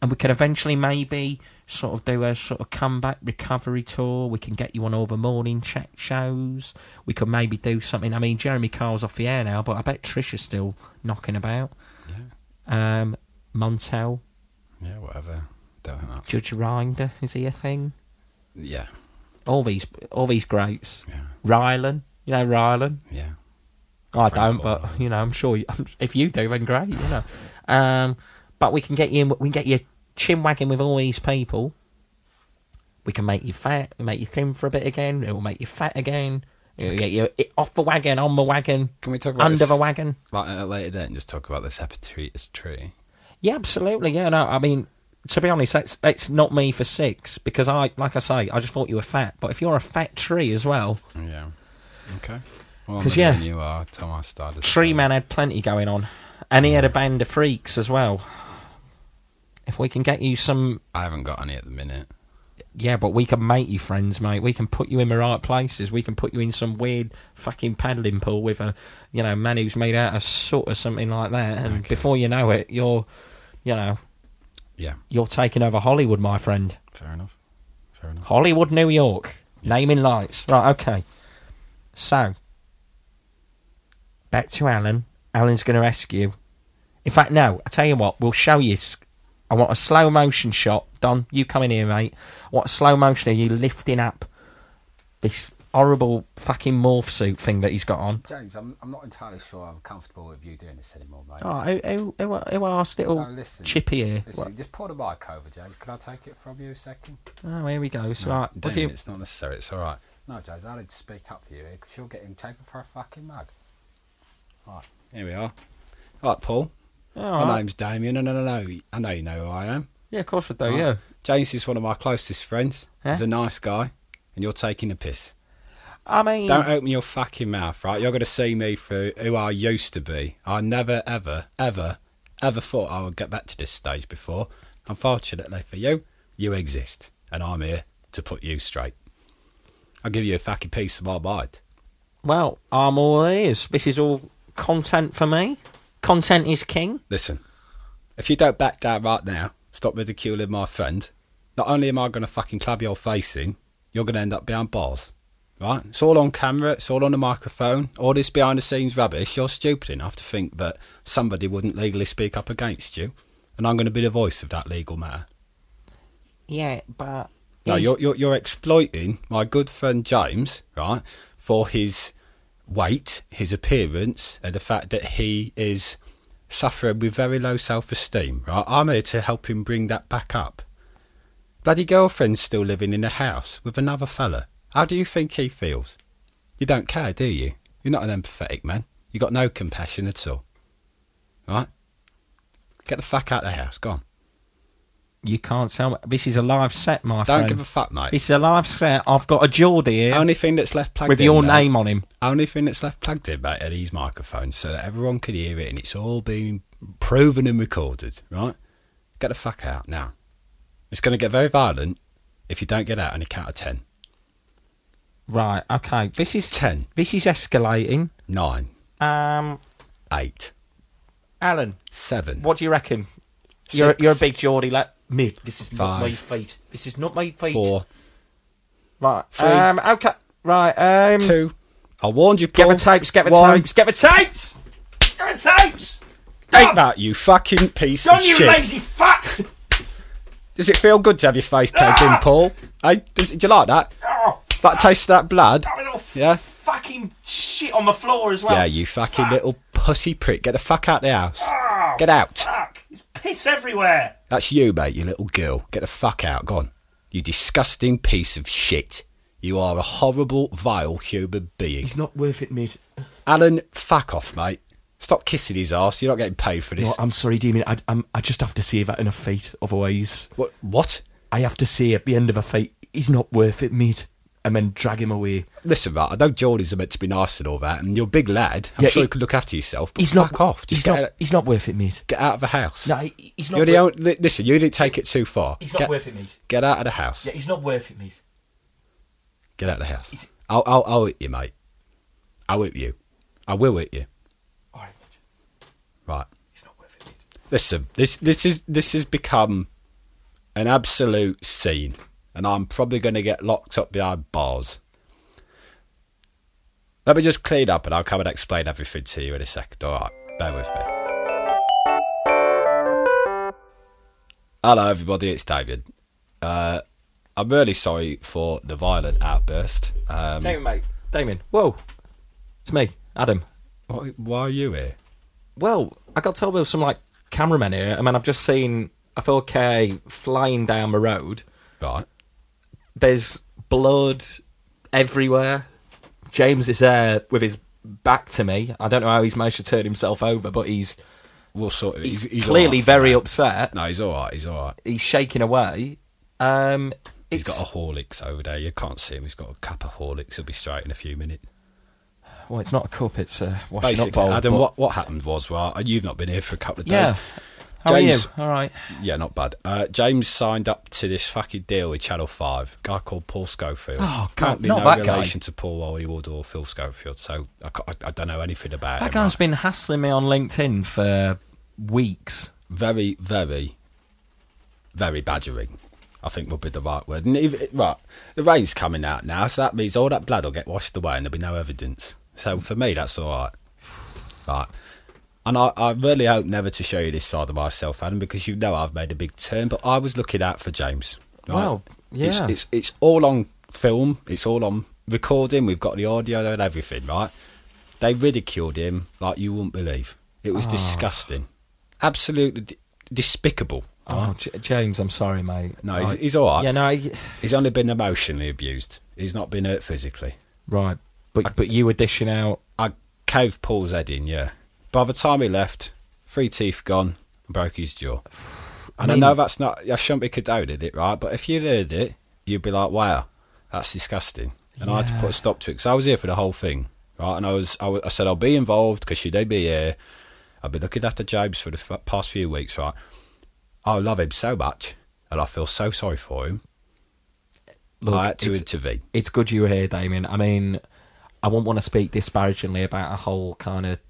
Speaker 4: and we can eventually maybe sort of do a sort of comeback recovery tour. We can get you on all the morning chat shows. We could maybe do something. I mean, Jeremy Carl's off the air now, but I bet Trisha's still knocking about. Um, Montel,
Speaker 1: Yeah. Whatever. Don't think that's.
Speaker 4: Judge Rinder, is he a thing?
Speaker 1: Yeah.
Speaker 4: All these, all these greats.
Speaker 1: Yeah.
Speaker 4: Rylan, you know Rylan.
Speaker 1: Yeah.
Speaker 4: I
Speaker 1: Frank
Speaker 4: don't, but
Speaker 1: Orlando.
Speaker 4: you know, I'm sure you, if you do, then great, you know. um, but we can get you, in, we can get you chin wagging with all these people. We can make you fat, make you thin for a bit again. It will make you fat again. It'll get you i- off the wagon, on the wagon,
Speaker 1: Can we talk about
Speaker 4: under
Speaker 1: this
Speaker 4: the wagon.
Speaker 1: like, at a later date and just talk about this hepatitis tree?
Speaker 4: Yeah, absolutely. Yeah, no, I mean, to be honest, that's that's not me for six because I, like I say, I just thought you were fat. But if you're a fat tree as well,
Speaker 1: Yeah. Okay. Well,
Speaker 4: 'Cause,
Speaker 1: maybe
Speaker 4: yeah.
Speaker 1: when you are Thomas started.
Speaker 4: Tree Man had plenty going on, and he had a band of freaks as well. If we can get you some,
Speaker 1: I haven't got any at the minute.
Speaker 4: yeah, but we can make you friends, mate. We can put you in the right places. We can put you in some weird fucking paddling pool with a, you know, man who's made out of soot or something like that. And before you know it, you're, you know,
Speaker 1: Yeah.
Speaker 4: you're taking over Hollywood, my friend.
Speaker 1: Fair enough. Fair enough.
Speaker 4: Hollywood, New York. Naming lights. Right, okay. So, back to Alan. Alan's going to rescue. In fact, no, I tell you what, we'll show you. s- I want a slow motion shot. Don, you come in here, mate. I want a slow motion of you lifting up this horrible fucking morph suit thing that he's got on.
Speaker 5: James, I'm, I'm not entirely sure I'm comfortable with you doing this anymore,
Speaker 2: Oh,
Speaker 5: mate.
Speaker 4: All right, who, who, who, who asked little
Speaker 5: No, listen.
Speaker 4: chippy here?
Speaker 5: Listen, just pour the mic over, James. Can I take it from you a second?
Speaker 4: Oh, here he goes. right, what do
Speaker 1: Damien,
Speaker 4: you...
Speaker 1: It's not necessary. It's all right.
Speaker 5: No, James, I'll need to speak up for you because you're getting taken for a fucking mug.
Speaker 1: Here we are. All right, Paul. My
Speaker 4: All right.
Speaker 1: name's Damien, and I know I know you know who I am.
Speaker 4: Yeah, of course I do,
Speaker 1: Right?
Speaker 4: yeah.
Speaker 1: James is one of my closest friends.
Speaker 4: Huh?
Speaker 1: He's a nice guy, and you're taking a piss.
Speaker 4: I mean...
Speaker 1: Don't open your fucking mouth, right? You're going to see me for who I used to be. I never, ever, ever, ever thought I would get back to this stage before. Unfortunately for you, you exist, and I'm here to put you straight. I'll give you a fucking piece of my mind.
Speaker 4: Well, I'm all ears. This is all content for me. Content is king.
Speaker 1: Listen, if you don't back down right now, stop ridiculing my friend, not only am I going to fucking club your face in, you're going to end up behind bars. Right? It's all on camera, it's all on the microphone, all this behind the scenes rubbish. You're stupid enough to think that somebody wouldn't legally speak up against you, and I'm going to be the voice of that legal matter.
Speaker 4: Yeah, but
Speaker 1: No,
Speaker 4: he's-
Speaker 1: you're, you're, you're exploiting my good friend James, right, for his weight, his appearance, and the fact that he is suffering with very low self esteem, right? I'm here to help him bring that back up. Bloody girlfriend's still living in a house with another fella. How do you think he feels? You don't care, do you? You're not an empathetic man. you got no compassion at all. Right? Get the fuck out of the house. Go on.
Speaker 4: you can't tell me. This is a live set, my
Speaker 1: Don't
Speaker 4: friend.
Speaker 1: give a fuck, mate.
Speaker 4: This is a live set. I've got a Geordie here
Speaker 1: Only thing that's left plugged
Speaker 4: with
Speaker 1: in,
Speaker 4: your
Speaker 1: mate,
Speaker 4: name on him.
Speaker 1: Only thing that's left plugged in, mate, are these microphones so that everyone could hear it and it's all been proven and recorded, right? Get the fuck out now. It's going to get very violent if you don't get out on the count of 10.
Speaker 4: Right, okay. This is
Speaker 1: 10,
Speaker 4: this is escalating.
Speaker 1: 9,
Speaker 4: Um
Speaker 1: 8,
Speaker 4: Alan,
Speaker 1: 7.
Speaker 4: what do you reckon? you You're
Speaker 1: Six.
Speaker 4: you're a big Geordie lad. Me. This is not
Speaker 1: Five.
Speaker 4: my feet. This is not my feet.
Speaker 1: four,
Speaker 4: Right.
Speaker 1: Three.
Speaker 4: Um okay. Right, um
Speaker 1: two. I warned you,
Speaker 4: Get
Speaker 1: Paul.
Speaker 4: the tapes, get the
Speaker 1: One.
Speaker 4: tapes, get the tapes! Get the tapes!
Speaker 1: Take that, you fucking piece
Speaker 4: Don,
Speaker 1: of
Speaker 4: you
Speaker 1: shit.
Speaker 4: lazy fuck!
Speaker 1: Does it feel good to have your face pegged in, Paul? Hey, does, do you like that?
Speaker 4: Oh,
Speaker 1: That taste of that blood?
Speaker 4: that little f-
Speaker 1: Yeah.
Speaker 4: fucking shit on the floor as well.
Speaker 1: Yeah, you fucking little pussy prick. Get the fuck out the house.
Speaker 4: Oh,
Speaker 1: Get out.
Speaker 4: Fuck. It's piss everywhere.
Speaker 1: That's you, mate, you little girl. Get the fuck out. Go on. You disgusting piece of shit. You are a horrible, vile human being.
Speaker 4: It's not worth it, mate.
Speaker 1: Alan, fuck off, mate. Stop kissing his ass. You're not getting paid for this.
Speaker 2: No, I'm sorry, Damien. I, I'm, I just have to say that in a fight. Otherwise,
Speaker 1: What? what?
Speaker 2: I have to say at the end of a fight, he's not worth it, mate.
Speaker 6: and then drag him away.
Speaker 1: Listen, Matt, I know Geordie's are meant to be nice and all that, and you're a big lad. I'm
Speaker 6: Yeah,
Speaker 1: sure
Speaker 6: he-
Speaker 1: you can look after yourself, but
Speaker 6: He's
Speaker 1: fuck
Speaker 6: not
Speaker 1: off. Just
Speaker 6: He's
Speaker 1: get,
Speaker 6: not.
Speaker 1: out,
Speaker 6: He's not worth it, mate.
Speaker 1: get out of the house.
Speaker 6: No, he- he's not.
Speaker 1: you're the
Speaker 6: wor-
Speaker 1: only, li- listen, you didn't take it too far.
Speaker 6: He's not
Speaker 1: get,
Speaker 6: worth it, mate.
Speaker 1: Get out of the house.
Speaker 6: Yeah, he's not worth it, mate.
Speaker 1: Get out of the house.
Speaker 6: It's-
Speaker 1: I'll, I'll, I'll hit you, mate. I'll hit you. I will hit you.
Speaker 6: All right, mate.
Speaker 1: Right.
Speaker 6: He's not worth it, mate.
Speaker 1: Listen, this this is this has become an absolute scene, and I'm probably going to get locked up behind bars. Let me just clean up, and I'll come and explain everything to you in a second. All right, bear with me. Hello, everybody. It's David. Uh, I'm really sorry for the violent outburst. Um,
Speaker 2: Damien, mate. Damien. Whoa. It's me, Adam.
Speaker 1: why, why are you here?
Speaker 2: Well, I got told there was some like cameramen here. I mean, I've just seen a 4K flying down the road.
Speaker 1: Right.
Speaker 2: There's blood everywhere. James is there with his back to me. I don't know how he's managed to turn himself over, but he's
Speaker 1: We'll sort it.
Speaker 2: he's,
Speaker 1: all right
Speaker 2: clearly
Speaker 1: for
Speaker 2: very
Speaker 1: now.
Speaker 2: upset.
Speaker 1: No, he's all right. He's all right.
Speaker 2: He's shaking away. Um,
Speaker 1: He's
Speaker 2: it's,
Speaker 1: got a Horlicks over there. You can't see him. He's got a cup of Horlicks. He'll be straight in a few minutes.
Speaker 2: well, it's not a cup. It's a washing
Speaker 1: Basically,
Speaker 2: up bowl.
Speaker 1: Adam,
Speaker 2: but-
Speaker 1: what, what happened was, right, and you've not been here for a couple of days.
Speaker 2: Yeah. How
Speaker 1: James,
Speaker 2: are you? All right.
Speaker 1: Yeah, not bad. Uh, James signed up to this fucking deal with Channel 5, a guy called Paul Schofield.
Speaker 2: Oh, God,
Speaker 1: Apparently
Speaker 2: not
Speaker 1: no
Speaker 2: that guy.
Speaker 1: relation to Paul Hollywood or Phil Schofield, so I, ca- I- I don't know anything about
Speaker 2: That
Speaker 1: him.
Speaker 2: guy's
Speaker 1: right?
Speaker 2: been hassling me on LinkedIn for weeks.
Speaker 1: very, very, very badgering. I think would be the right word. And if, right, the rain's coming out now, so that means all that blood will get washed away, and there'll be no evidence. So for me, that's all right. Right, and I, I really hope never to show you this side of myself, Adam, because you know I've made a big turn. But I was looking out for James. Right?
Speaker 2: Well,
Speaker 1: Uh, It's,
Speaker 2: yeah.
Speaker 1: it's it's all on film. It's all on recording. We've got the audio and everything. Right, they ridiculed him like you wouldn't believe. It
Speaker 2: Ah.
Speaker 1: was disgusting, absolutely d- despicable.
Speaker 2: Oh, J- James, I'm sorry, mate.
Speaker 1: No,
Speaker 2: I-
Speaker 1: he's, he's all right.
Speaker 2: Yeah, no, I-
Speaker 1: He's only been emotionally abused. He's not been hurt physically.
Speaker 2: right. But but you were dishing out.
Speaker 1: I caved Paul's head in. Yeah. By the time he left, three teeth gone, and broke his jaw. And I,
Speaker 2: mean-
Speaker 1: know that's not. I shouldn't be condoning it, right? But if you heard it, you'd be like, "Wow, that's disgusting." And I had to
Speaker 2: Yeah.
Speaker 1: put a stop to it because I was here for the whole thing, right? And I was, I, was, I said, "I'll be involved because she'd be here." I've been looking after James for the f- past few weeks, right? I love him so much, and I feel so sorry for him.
Speaker 2: Look,
Speaker 1: I had to
Speaker 2: it's,
Speaker 1: intervene.
Speaker 2: it's good you were here, Damien. I mean, I won't want to speak disparagingly about a whole kind of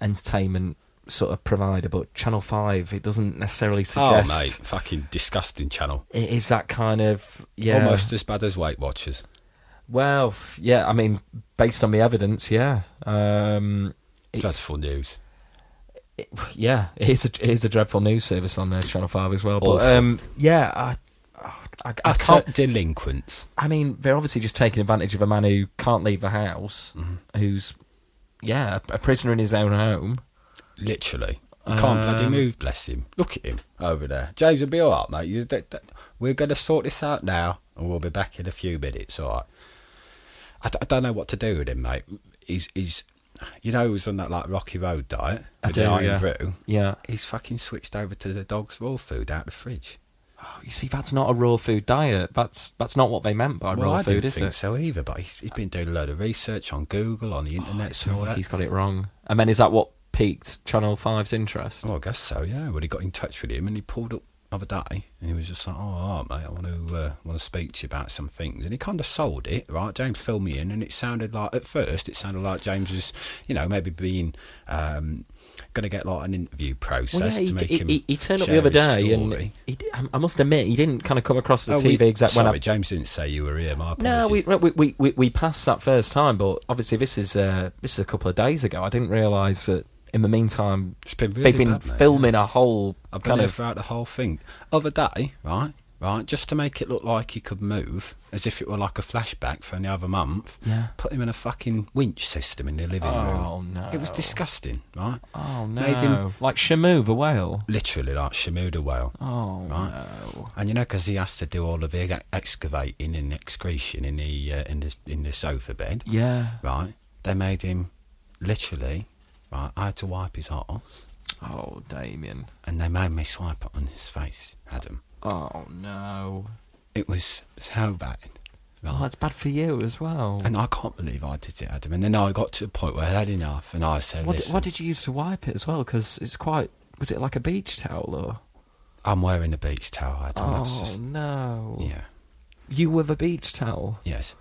Speaker 2: entertainment sort of provider, but Channel Five it doesn't necessarily
Speaker 1: Oh mate,
Speaker 2: suggest
Speaker 1: fucking disgusting channel.
Speaker 2: it is that kind of yeah.
Speaker 1: Almost as bad as Weight Watchers.
Speaker 2: Well, f- yeah. I mean, based on the evidence, yeah. Um, it's,
Speaker 1: Dreadful news.
Speaker 2: yeah, it is, a, it is a dreadful news service on uh, Channel Five as well. But
Speaker 1: Awful.
Speaker 2: um, yeah, I, I, I
Speaker 1: Utter
Speaker 2: can't.
Speaker 1: delinquents.
Speaker 2: I mean, they're obviously just taking advantage of a man who can't leave the house,
Speaker 1: Mm-hmm.
Speaker 2: who's yeah, a a prisoner in his own home.
Speaker 1: Literally. You can't bloody
Speaker 2: Um,
Speaker 1: move, bless him. Look at him over there. James will be all right, mate. You, that, that- we're going to sort this out now, and we'll be back in a few minutes, all right? I, d- I don't know what to do with him, mate. He's, he's you know, he was on that, like, Rocky Road diet.
Speaker 2: I
Speaker 1: with
Speaker 2: do,
Speaker 1: the iron
Speaker 2: yeah.
Speaker 1: brew.
Speaker 2: Yeah,
Speaker 1: He's fucking switched over to the dog's raw food out the fridge.
Speaker 2: oh, you see, that's not a raw food diet. That's that's not what they meant by
Speaker 1: well,
Speaker 2: raw
Speaker 1: I
Speaker 2: food,
Speaker 1: didn't
Speaker 2: is
Speaker 1: think
Speaker 2: it?
Speaker 1: so either, but he's, he's been doing a load of research on Google, on the internet,
Speaker 2: It
Speaker 1: and
Speaker 2: Oh, sounds
Speaker 1: all
Speaker 2: like
Speaker 1: that.
Speaker 2: he's got it wrong. And then is that what piqued Channel 5's interest?
Speaker 1: Oh, I guess so. Yeah. Well, he got in touch with him, and he pulled up the other day, and he was just like, "Oh, all right, mate, I want to uh, want to speak to you about some things." And he kind of sold it, right? James filled me in, and it sounded like at first it sounded like James was, you know, maybe being. Um, Going to get like an interview process
Speaker 2: Well, yeah,
Speaker 1: to
Speaker 2: he,
Speaker 1: make
Speaker 2: he,
Speaker 1: him.
Speaker 2: he- he turned up the
Speaker 1: share
Speaker 2: other
Speaker 1: his
Speaker 2: day, and
Speaker 1: story.
Speaker 2: he, di- I- I must admit, he didn't kind of come across as
Speaker 1: Oh,
Speaker 2: a TV
Speaker 1: we-
Speaker 2: exec
Speaker 1: sorry,
Speaker 2: when I
Speaker 1: James didn't say you were here. My
Speaker 2: No, we,
Speaker 1: apologies.
Speaker 2: we we we we passed that first time, but obviously this is uh, this is a couple of days ago. I didn't realise that. In the meantime,
Speaker 1: It's been really
Speaker 2: they've been
Speaker 1: bad, mate,
Speaker 2: filming a whole
Speaker 1: I've been
Speaker 2: kind
Speaker 1: here
Speaker 2: of.
Speaker 1: throughout the whole thing. Other day, right, right, just to make it look like he could move, as if it were like a flashback from the other month.
Speaker 2: Yeah.
Speaker 1: Put him in a fucking winch system in the living
Speaker 2: Oh
Speaker 1: room.
Speaker 2: no!
Speaker 1: It was disgusting, right?
Speaker 2: Oh no!
Speaker 1: Made him
Speaker 2: Like Shamu the whale.
Speaker 1: literally like Shamuda whale.
Speaker 2: Oh
Speaker 1: Right.
Speaker 2: no!
Speaker 1: And you know, because he has to do all of the ex- excavating and excretion in the uh, in the in the sofa bed,
Speaker 2: Yeah.
Speaker 1: right? They made him literally, right? I had to wipe his arse,
Speaker 2: Oh Damien.
Speaker 1: and they made me swipe it on his face, Adam.
Speaker 2: Oh no!
Speaker 1: It was so bad. film.
Speaker 4: Oh, that's bad for you as well.
Speaker 1: and I can't believe I did it, Adam. And then I got to a point where I had enough, and I said,
Speaker 4: What, di-
Speaker 1: "Listen,
Speaker 4: what did you use to wipe it as well? Because it's quite. Was it like a beach towel or?
Speaker 1: I'm wearing a beach towel, Adam. That's
Speaker 4: oh
Speaker 1: just
Speaker 4: no!
Speaker 1: yeah,
Speaker 4: You with a beach towel?
Speaker 1: yes.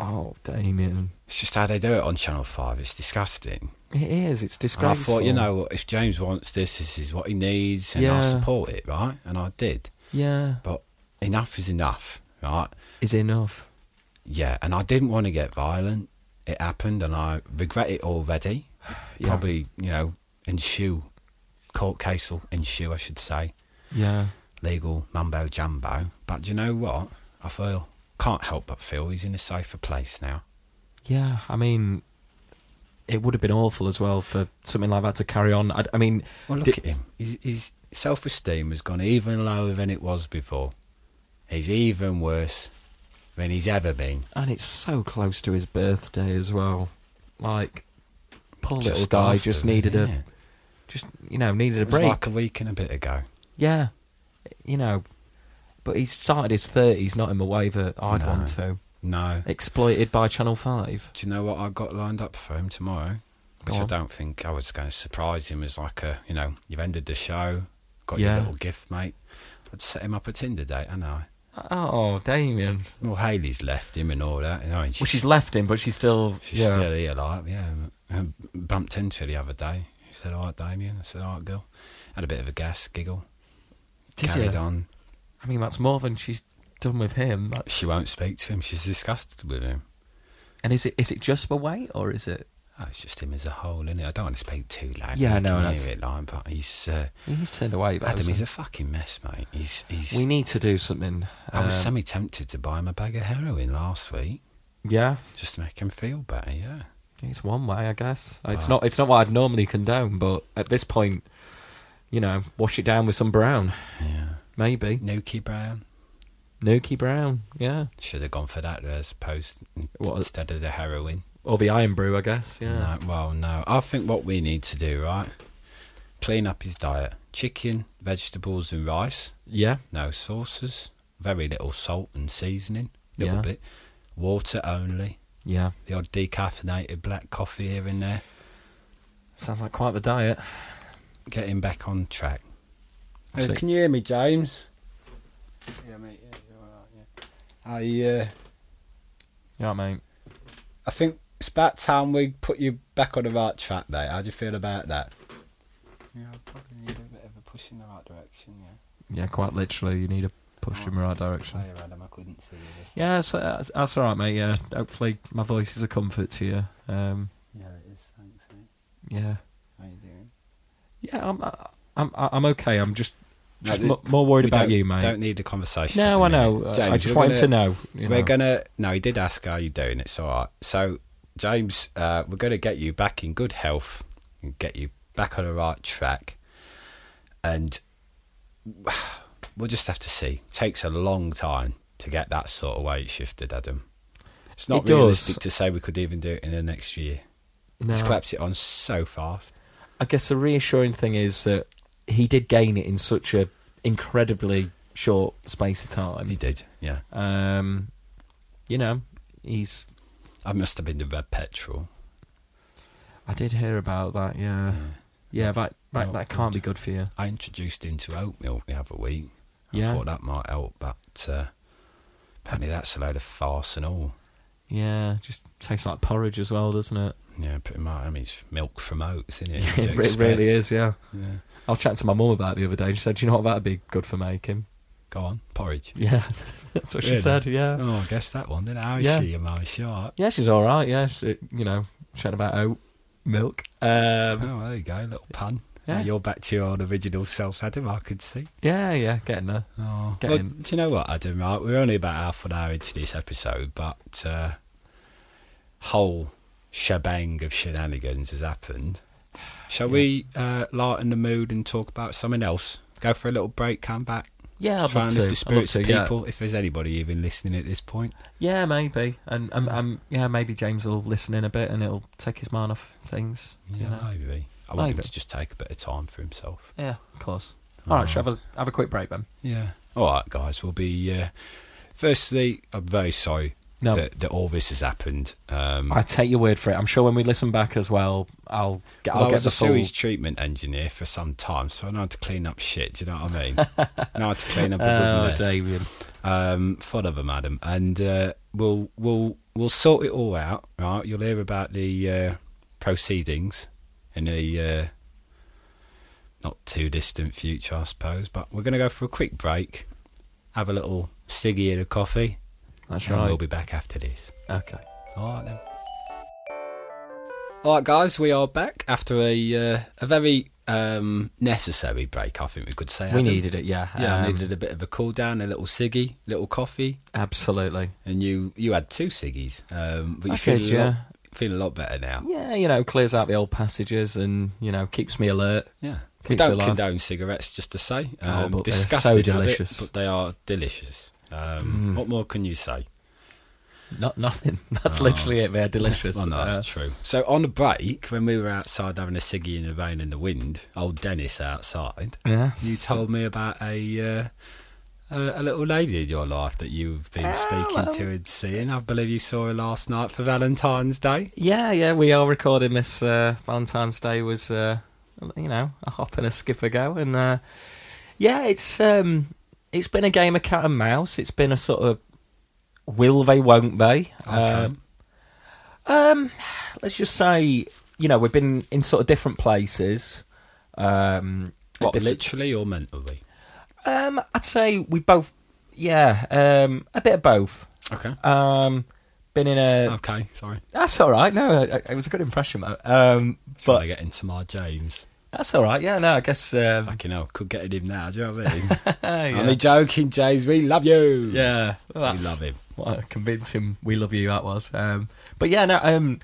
Speaker 4: Oh, Damien,
Speaker 1: It's just how they do it on Channel Five. It's disgusting."
Speaker 4: it is. It's
Speaker 1: And I
Speaker 4: disgraceful.
Speaker 1: thought, you know, what, if James wants this, this is what he needs, and
Speaker 4: Yeah.
Speaker 1: I support it, right? And I did.
Speaker 4: Yeah,
Speaker 1: But enough is enough, right?
Speaker 4: is enough.
Speaker 1: Yeah, and I didn't want to get violent. It happened, and I regret it already.
Speaker 4: Yeah.
Speaker 1: Probably, you know, ensue court case will ensue, I should say.
Speaker 4: Yeah,
Speaker 1: Legal mumbo jumbo. But do you know what? I feel can't help but feel he's in a safer place now.
Speaker 4: yeah. I mean, it would have been awful as well for something like that to carry on. I, I mean,
Speaker 1: Well, look
Speaker 4: did-
Speaker 1: at him. His, his self-esteem has gone even lower than it was before. He's even worse than he's ever been.
Speaker 4: and it's so close to his birthday as well. Like, poor little
Speaker 1: Just
Speaker 4: guy
Speaker 1: after
Speaker 4: just
Speaker 1: that,
Speaker 4: needed
Speaker 1: yeah.
Speaker 4: a, just you know, needed a
Speaker 1: It was
Speaker 4: break.
Speaker 1: like a week and a bit ago.
Speaker 4: Yeah, you know, but he started his thirties not in the way that I'd
Speaker 1: No.
Speaker 4: want to.
Speaker 1: No.
Speaker 4: Exploited by Channel Five.
Speaker 1: Do you know what I got lined up for him tomorrow?
Speaker 4: Go
Speaker 1: Which I
Speaker 4: on.
Speaker 1: don't think I was going to surprise him as like a, you know, you've ended the show, got
Speaker 4: Yeah.
Speaker 1: your little gift, mate. I'd set him up a Tinder date, I know.
Speaker 4: Oh, Damien.
Speaker 1: Well, Haley's left him and all that. You know, and she's,
Speaker 4: Well, she's left him, but she's still.
Speaker 1: she's
Speaker 4: yeah.
Speaker 1: still here, like, yeah. I bumped into her the other day. She said, all right, Damien. I said, all right, girl. Had a bit of a gas giggle.
Speaker 4: Did
Speaker 1: carried
Speaker 4: you?
Speaker 1: on.
Speaker 4: I mean, that's more than she's done with him. That's...
Speaker 1: She won't speak to him. She's disgusted with him.
Speaker 4: And is it is it just the weight, or is it?
Speaker 1: Oh, it's just him as a whole, innit? I don't want to speak too loud.
Speaker 4: Yeah,
Speaker 1: you
Speaker 4: no,
Speaker 1: can
Speaker 4: that's-
Speaker 1: hear it, like, but he's uh,
Speaker 4: He's turned away. But
Speaker 1: Adam. He's a fucking mess, mate. He's he's.
Speaker 4: We need to do something.
Speaker 1: I was
Speaker 4: um,
Speaker 1: semi tempted to buy him a bag of heroin last week
Speaker 4: yeah,
Speaker 1: just to make him feel better. Yeah,
Speaker 4: it's one way, I guess. It's
Speaker 1: Ah.
Speaker 4: not. It's not what I'd normally condone, but at this point, you know, wash it down with some brown,
Speaker 1: yeah.
Speaker 4: maybe
Speaker 1: Nuki Brown
Speaker 4: Nuki brown. Yeah.
Speaker 1: should have gone for that as opposed
Speaker 4: What?
Speaker 1: instead of the heroin.
Speaker 4: Or the iron brew, I guess. Yeah.
Speaker 1: No, well, no. I think what we need to do, right? Clean up his diet: chicken, vegetables, and rice.
Speaker 4: Yeah.
Speaker 1: No sauces. Very little salt and seasoning. Little
Speaker 4: Yeah.
Speaker 1: bit. Water only.
Speaker 4: Yeah.
Speaker 1: The odd decaffeinated black coffee here and there.
Speaker 4: Sounds like quite the diet.
Speaker 1: Get him back on track.
Speaker 4: So-
Speaker 1: can you hear me, James?
Speaker 5: Yeah, mate. Yeah, you're all right, yeah. I uh,
Speaker 4: Yeah, mate.
Speaker 1: I think it's about time we put you back on the right track, mate. How do you feel about that?
Speaker 5: yeah, I probably need a bit of a push in the right direction. Yeah,
Speaker 4: Yeah, quite literally. You need a push in the right direction.
Speaker 5: sorry, Adam, I couldn't see you. This.
Speaker 4: Yeah, so that's, that's all right, mate. Yeah, hopefully my voice is a comfort to you. Um,
Speaker 5: Yeah, it is. Thanks, mate.
Speaker 4: yeah,
Speaker 5: How you doing?
Speaker 4: yeah, I'm, I'm, I'm okay. I'm just,
Speaker 1: No,
Speaker 4: just
Speaker 1: th-
Speaker 4: mo- more worried
Speaker 1: we
Speaker 4: about
Speaker 1: don't-
Speaker 4: you, mate.
Speaker 1: Don't need a conversation.
Speaker 4: no, I
Speaker 1: at the
Speaker 4: know.
Speaker 1: minute.
Speaker 4: uh,
Speaker 1: James,
Speaker 4: I just
Speaker 1: we're
Speaker 4: want
Speaker 1: gonna-
Speaker 4: to know. you
Speaker 1: We're
Speaker 4: know.
Speaker 1: gonna. No, he did ask how you doing. It's all right. So, James, uh, we're gonna get you back in good health and get you back on the right track, and we'll just have to see. Takes a long time to get that sort of weight shifted, Adam. It's not
Speaker 4: It does.
Speaker 1: realistic to say we could even do it in the next year.
Speaker 4: No.
Speaker 1: He's clapped it on so fast.
Speaker 4: I guess the reassuring thing is that he did gain it in such a incredibly short space of
Speaker 1: He
Speaker 4: time.
Speaker 1: did, yeah.
Speaker 4: Um, you know, he's.
Speaker 1: I must have been the red petrol.
Speaker 4: I did hear about that. Yeah, yeah. That that,
Speaker 1: Not
Speaker 4: that can't
Speaker 1: good.
Speaker 4: be good for you.
Speaker 1: I introduced him to oat milk the other week. I
Speaker 4: Yeah.
Speaker 1: thought that might help, but uh, apparently that's a load of farce and all.
Speaker 4: Yeah, just tastes like porridge as well, doesn't it?
Speaker 1: Yeah, pretty much. I mean, it's milk from oats, isn't it?
Speaker 4: Yeah,
Speaker 1: What do
Speaker 4: it
Speaker 1: you
Speaker 4: re- really
Speaker 1: expect?
Speaker 4: is, yeah.
Speaker 1: Yeah.
Speaker 4: I was chatting to my mum about it the other day. She said, Do you know what that'd be good for making?
Speaker 1: Go on, porridge.
Speaker 4: Yeah, that's what she
Speaker 1: Really?
Speaker 4: said, yeah.
Speaker 1: Oh, I guess that one. Then how is
Speaker 4: Yeah.
Speaker 1: she? Am I sure?
Speaker 4: Yeah, she's all right, yes. It, you know, chatting about oat milk. Um,
Speaker 1: Oh, there you go, little pun.
Speaker 4: Yeah.
Speaker 1: Now You're back to your own original self, Adam. I could see.
Speaker 4: yeah, yeah, getting there.
Speaker 1: Oh,
Speaker 4: Get
Speaker 1: well,
Speaker 4: in.
Speaker 1: do you know what, Adam? Right, we're only about half an hour into this episode, but uh, whole shebang of shenanigans has happened. Shall we uh, lighten the mood and talk about something else? Go for a little break, come back,
Speaker 4: Yeah, I'd
Speaker 1: try
Speaker 4: love
Speaker 1: and
Speaker 4: to.
Speaker 1: lift the
Speaker 4: I'd
Speaker 1: spirits
Speaker 4: love
Speaker 1: of
Speaker 4: to, yeah.
Speaker 1: people. If there's anybody even listening at this point,
Speaker 4: Yeah, maybe. And um, um, yeah, maybe James will listen in a bit and it'll take his mind off things.
Speaker 1: yeah,
Speaker 4: you know.
Speaker 1: maybe. I want him
Speaker 4: Maybe.
Speaker 1: to just take a bit of time for himself.
Speaker 4: Yeah, of course. All right, shall we have a, have a quick break then?
Speaker 1: Yeah. All right, guys, we'll be uh, Firstly, I'm very sorry
Speaker 4: No.
Speaker 1: that, that all this has happened. Um,
Speaker 4: I take your word for it. I'm sure when we listen back as well, I'll get.
Speaker 1: well,
Speaker 4: I'll
Speaker 1: I
Speaker 4: get
Speaker 1: was
Speaker 4: the
Speaker 1: a
Speaker 4: full.
Speaker 1: sewage treatment engineer for some time, so I know how to clean up shit. Do you know what I mean? know how to clean up a
Speaker 4: Oh,
Speaker 1: good mess.
Speaker 4: Damien.
Speaker 1: Um, fun of her, madam, and uh, we'll we'll we'll sort it all out. Right, you'll hear about the uh, proceedings in the uh, not too distant future, I suppose. But we're going to go for a quick break, have a little ciggy and a coffee,
Speaker 4: That's
Speaker 1: and
Speaker 4: right.
Speaker 1: we'll be back after this.
Speaker 4: Okay.
Speaker 1: All right then. All right, guys, we are back after a uh, a very um, necessary break. I think we could say
Speaker 4: We
Speaker 1: Adam.
Speaker 4: needed it. Yeah.
Speaker 1: Yeah, I
Speaker 4: Um,
Speaker 1: needed a bit of a cool down, a little ciggy, little coffee,
Speaker 4: Absolutely.
Speaker 1: and you you had two ciggies, um, but you
Speaker 4: I
Speaker 1: feel
Speaker 4: did,
Speaker 1: a lot,
Speaker 4: yeah.
Speaker 1: feel a lot better now.
Speaker 4: Yeah, you know, clears out the old passages and you know keeps me alert.
Speaker 1: Yeah, we
Speaker 4: Keeps
Speaker 1: don't
Speaker 4: you alive.
Speaker 1: condone cigarettes, just to say.
Speaker 4: Oh,
Speaker 1: Um,
Speaker 4: but they're so
Speaker 1: disgusting habit,
Speaker 4: delicious. Mm.
Speaker 1: but they are delicious. Um, What more can you say?
Speaker 4: Not nothing. That's literally it. They're delicious.
Speaker 1: Oh. Well, no,
Speaker 4: Uh,
Speaker 1: that's true. So on a break, when we were outside having a ciggy in the rain and the wind, old Dennis outside,
Speaker 4: Yes.
Speaker 1: you told me about a. Uh, a a little lady in your life that you've
Speaker 4: Ah,
Speaker 1: been speaking to and seeing. I believe you saw her last night for Valentine's Day.
Speaker 4: Yeah, yeah, we are recording this. Uh, Valentine's Day was, uh, you know, a hop and a skip ago, and uh, yeah, it's um, it's been a game of cat and mouse. It's been a sort of will they, won't they? Uh, um, let's just say, you know, we've been in sort of different places. Um, at
Speaker 1: What,
Speaker 4: different-
Speaker 1: Uh, literally or mentally?
Speaker 4: um, I'd say we both, yeah, um, a bit of both.
Speaker 1: Okay.
Speaker 4: Um, been in a.
Speaker 1: Uh, okay, sorry.
Speaker 4: That's all right. No, it, it was a good impression, mate. Um,
Speaker 1: Trying
Speaker 4: but
Speaker 1: to get into my James.
Speaker 4: That's all right. Yeah, no, I guess. Um,
Speaker 1: Fucking hell, could get at him now. Do you know what I mean?
Speaker 4: yeah,
Speaker 1: Only joking, James. We love you.
Speaker 4: yeah well,
Speaker 1: we
Speaker 4: that's
Speaker 1: love him.
Speaker 4: What a convincing "we love you" that was. Um, but yeah, no. Um,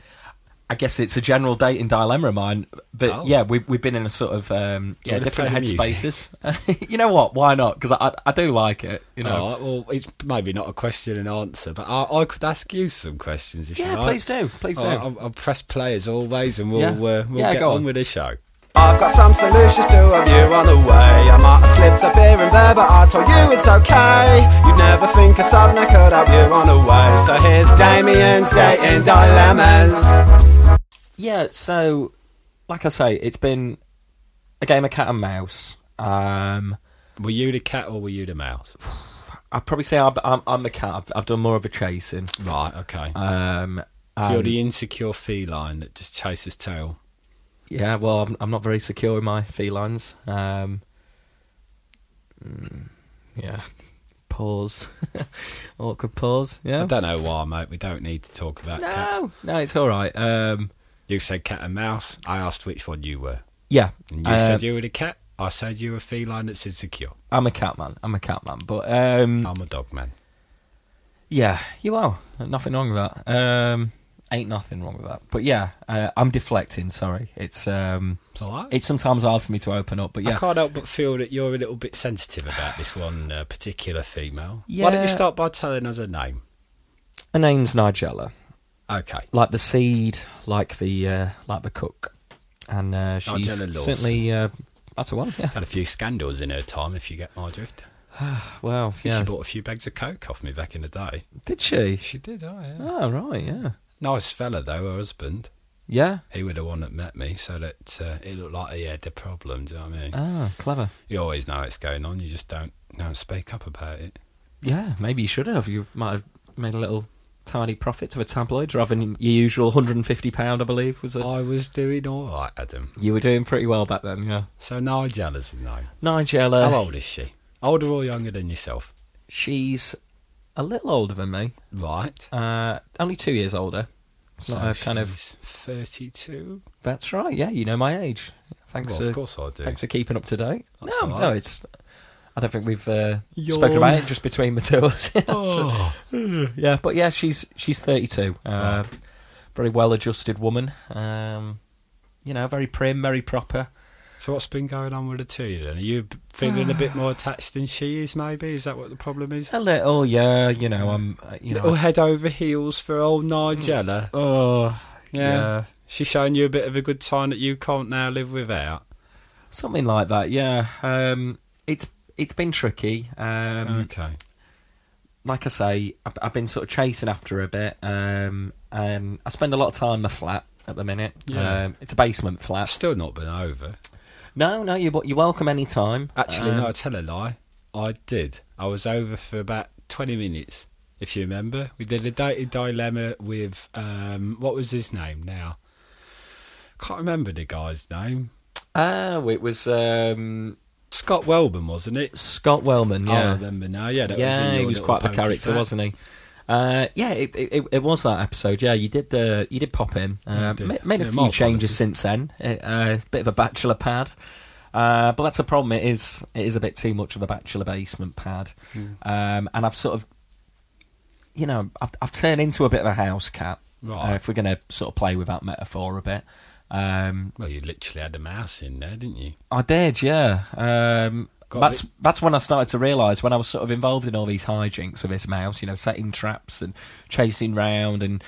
Speaker 4: I guess it's a general dating dilemma of mine. But
Speaker 1: Oh.
Speaker 4: yeah, we've we've been in a sort of um,
Speaker 1: you
Speaker 4: yeah
Speaker 1: wanna
Speaker 4: different
Speaker 1: play the
Speaker 4: headspaces. you know what? Why not? Because I, I I do like it. You know.
Speaker 1: All right, well, it's maybe not a question and answer, but I, I could ask you some questions if
Speaker 4: yeah,
Speaker 1: you like.
Speaker 4: please do. Please
Speaker 1: All
Speaker 4: do.
Speaker 1: right, I'll, I'll press play as always, and we'll
Speaker 4: Yeah.
Speaker 1: uh, we'll
Speaker 4: Yeah,
Speaker 1: get
Speaker 4: go
Speaker 1: on.
Speaker 4: on.
Speaker 1: with the show.
Speaker 7: I've got some solutions to a view on the way. I might have slipped up here and there, but I told you it's okay. You'd never think of something I could help you on the way. So here's Damien's dating dilemmas.
Speaker 4: Yeah, so like I say, it's been a game of cat and mouse. Um,
Speaker 1: Were you the cat or were you the mouse?
Speaker 4: I'd probably say I'm, I'm, I'm the cat. I've, I've done more of a chasing.
Speaker 1: Right, okay.
Speaker 4: Um,
Speaker 1: so you're
Speaker 4: and-
Speaker 1: the insecure feline that just chases tail.
Speaker 4: Yeah, well, I'm, I'm not very secure in my felines. Um, mm, yeah, pause, awkward pause.
Speaker 1: I
Speaker 4: Yeah,
Speaker 1: don't know why, mate. We don't need to talk about cats.
Speaker 4: no, no, it's all right. Um,
Speaker 1: You said cat and mouse. I asked which one you were.
Speaker 4: yeah,
Speaker 1: And you
Speaker 4: um,
Speaker 1: said you were the cat. I said you were a feline that's insecure.
Speaker 4: I'm a cat man. I'm a cat man, but um,
Speaker 1: I'm a dog man.
Speaker 4: yeah, you are. Nothing wrong with that. Um, ain't nothing wrong with that. But yeah, uh, I'm deflecting. Sorry, it's um,
Speaker 1: It's all right.
Speaker 4: it's sometimes hard for me to open up, but
Speaker 1: I
Speaker 4: yeah,
Speaker 1: can't help but feel that you're a little bit sensitive about this one uh, particular female. Why don't you
Speaker 4: Yeah.
Speaker 1: start by telling us her name?
Speaker 4: her name's Nigella.
Speaker 1: Okay.
Speaker 4: like the seed, like the uh, like the cook, and uh, she's
Speaker 1: Nigella Oh, Lawson.
Speaker 4: certainly uh, that's a one. Yeah.
Speaker 1: Had a few scandals in her time, if you get my drift.
Speaker 4: Well,
Speaker 1: I think
Speaker 4: yeah.
Speaker 1: she bought a few bags of coke off me back in the day.
Speaker 4: Did she?
Speaker 1: She did, oh yeah.
Speaker 4: Oh right, yeah,
Speaker 1: Nice fella though, her husband.
Speaker 4: yeah.
Speaker 1: He was the one that met me, so that uh, it looked like he had the problem. Do you know what I mean?
Speaker 4: Ah, clever.
Speaker 1: you always know it's going on. You just don't don't speak up about it.
Speaker 4: Yeah, maybe you should have. You might have made a little tiny profit to the tabloid rather than your usual hundred and fifty pound. I believe was it.
Speaker 1: I was doing all right, Adam.
Speaker 4: You were doing pretty well back then. Yeah,
Speaker 1: So Nigella's the name.
Speaker 4: Nigella.
Speaker 1: How old is she? Older or younger than yourself?
Speaker 4: She's a little older than me.
Speaker 1: Right.
Speaker 4: Uh, only two years older. It's not a kind of.
Speaker 1: thirty-two.
Speaker 4: That's right. Yeah, you know my age. Thanks
Speaker 1: Well,
Speaker 4: to
Speaker 1: of course I do.
Speaker 4: Thanks for keeping up to date.
Speaker 1: That's
Speaker 4: no,
Speaker 1: all right.
Speaker 4: no, it's. I don't think we've uh,
Speaker 1: Yawn.
Speaker 4: spoken about it just between the two of us.
Speaker 1: Oh.
Speaker 4: yeah, but yeah, she's she's 32. Uh, Very well adjusted woman. Um, you know, very prim, very proper.
Speaker 1: So what's been going on with the two of you then? Are you b- feeling a bit more attached than she is? Maybe is that what the problem is?
Speaker 4: A little, yeah, you know, I'm. uh, You
Speaker 1: Little
Speaker 4: know,
Speaker 1: head over heels for old Nigella.
Speaker 4: oh,
Speaker 1: Yeah.
Speaker 4: yeah.
Speaker 1: She's showing you a bit of a good time that you can't now live without.
Speaker 4: Something like that, yeah. Um, it's it's been tricky. Um,
Speaker 1: okay.
Speaker 4: like I say, I've, I've been sort of chasing after her a bit. Um, um, I spend a lot of time in my flat at the minute.
Speaker 1: Yeah.
Speaker 4: Um, it's a basement
Speaker 1: I've
Speaker 4: flat.
Speaker 1: still not been over.
Speaker 4: No, no, you're, you're welcome anytime.
Speaker 1: Actually,
Speaker 4: Um,
Speaker 1: no, I tell a lie. I did. I was over for about 20 minutes, if you remember. We did a dated dilemma with, um, what was his name now? Can't remember the guy's name.
Speaker 4: Oh, it was um,
Speaker 1: Scott Welburn, wasn't it?
Speaker 4: Scott Wellman.
Speaker 1: I
Speaker 4: Yeah,
Speaker 1: remember now. Yeah, Oh, that was in
Speaker 4: yeah,
Speaker 1: your
Speaker 4: he was
Speaker 1: little
Speaker 4: quite the
Speaker 1: pokey
Speaker 4: character,
Speaker 1: flat.
Speaker 4: wasn't he? Uh, yeah, it, it, it- it was that episode. Yeah, you did the you did pop in.
Speaker 1: Yeah, I
Speaker 4: Uh,
Speaker 1: did.
Speaker 4: ma- made a
Speaker 1: Yeah, my
Speaker 4: few changes
Speaker 1: apologies.
Speaker 4: since then. A uh, bit of a bachelor pad, uh, but that's a problem. It is it is a bit too much of a bachelor basement pad,
Speaker 1: Hmm.
Speaker 4: um, and I've sort of, you know, I've, I've turned into a bit of a house cat.
Speaker 1: Right.
Speaker 4: Uh, if we're going to sort of play with that metaphor a bit, um,
Speaker 1: Well, you literally had a mouse in there, didn't you?
Speaker 4: I did, yeah. Um,
Speaker 1: Got
Speaker 4: that's
Speaker 1: it.
Speaker 4: that's when I started to realise when I was sort of involved in all these hijinks with this mouse, you know, setting traps and chasing round and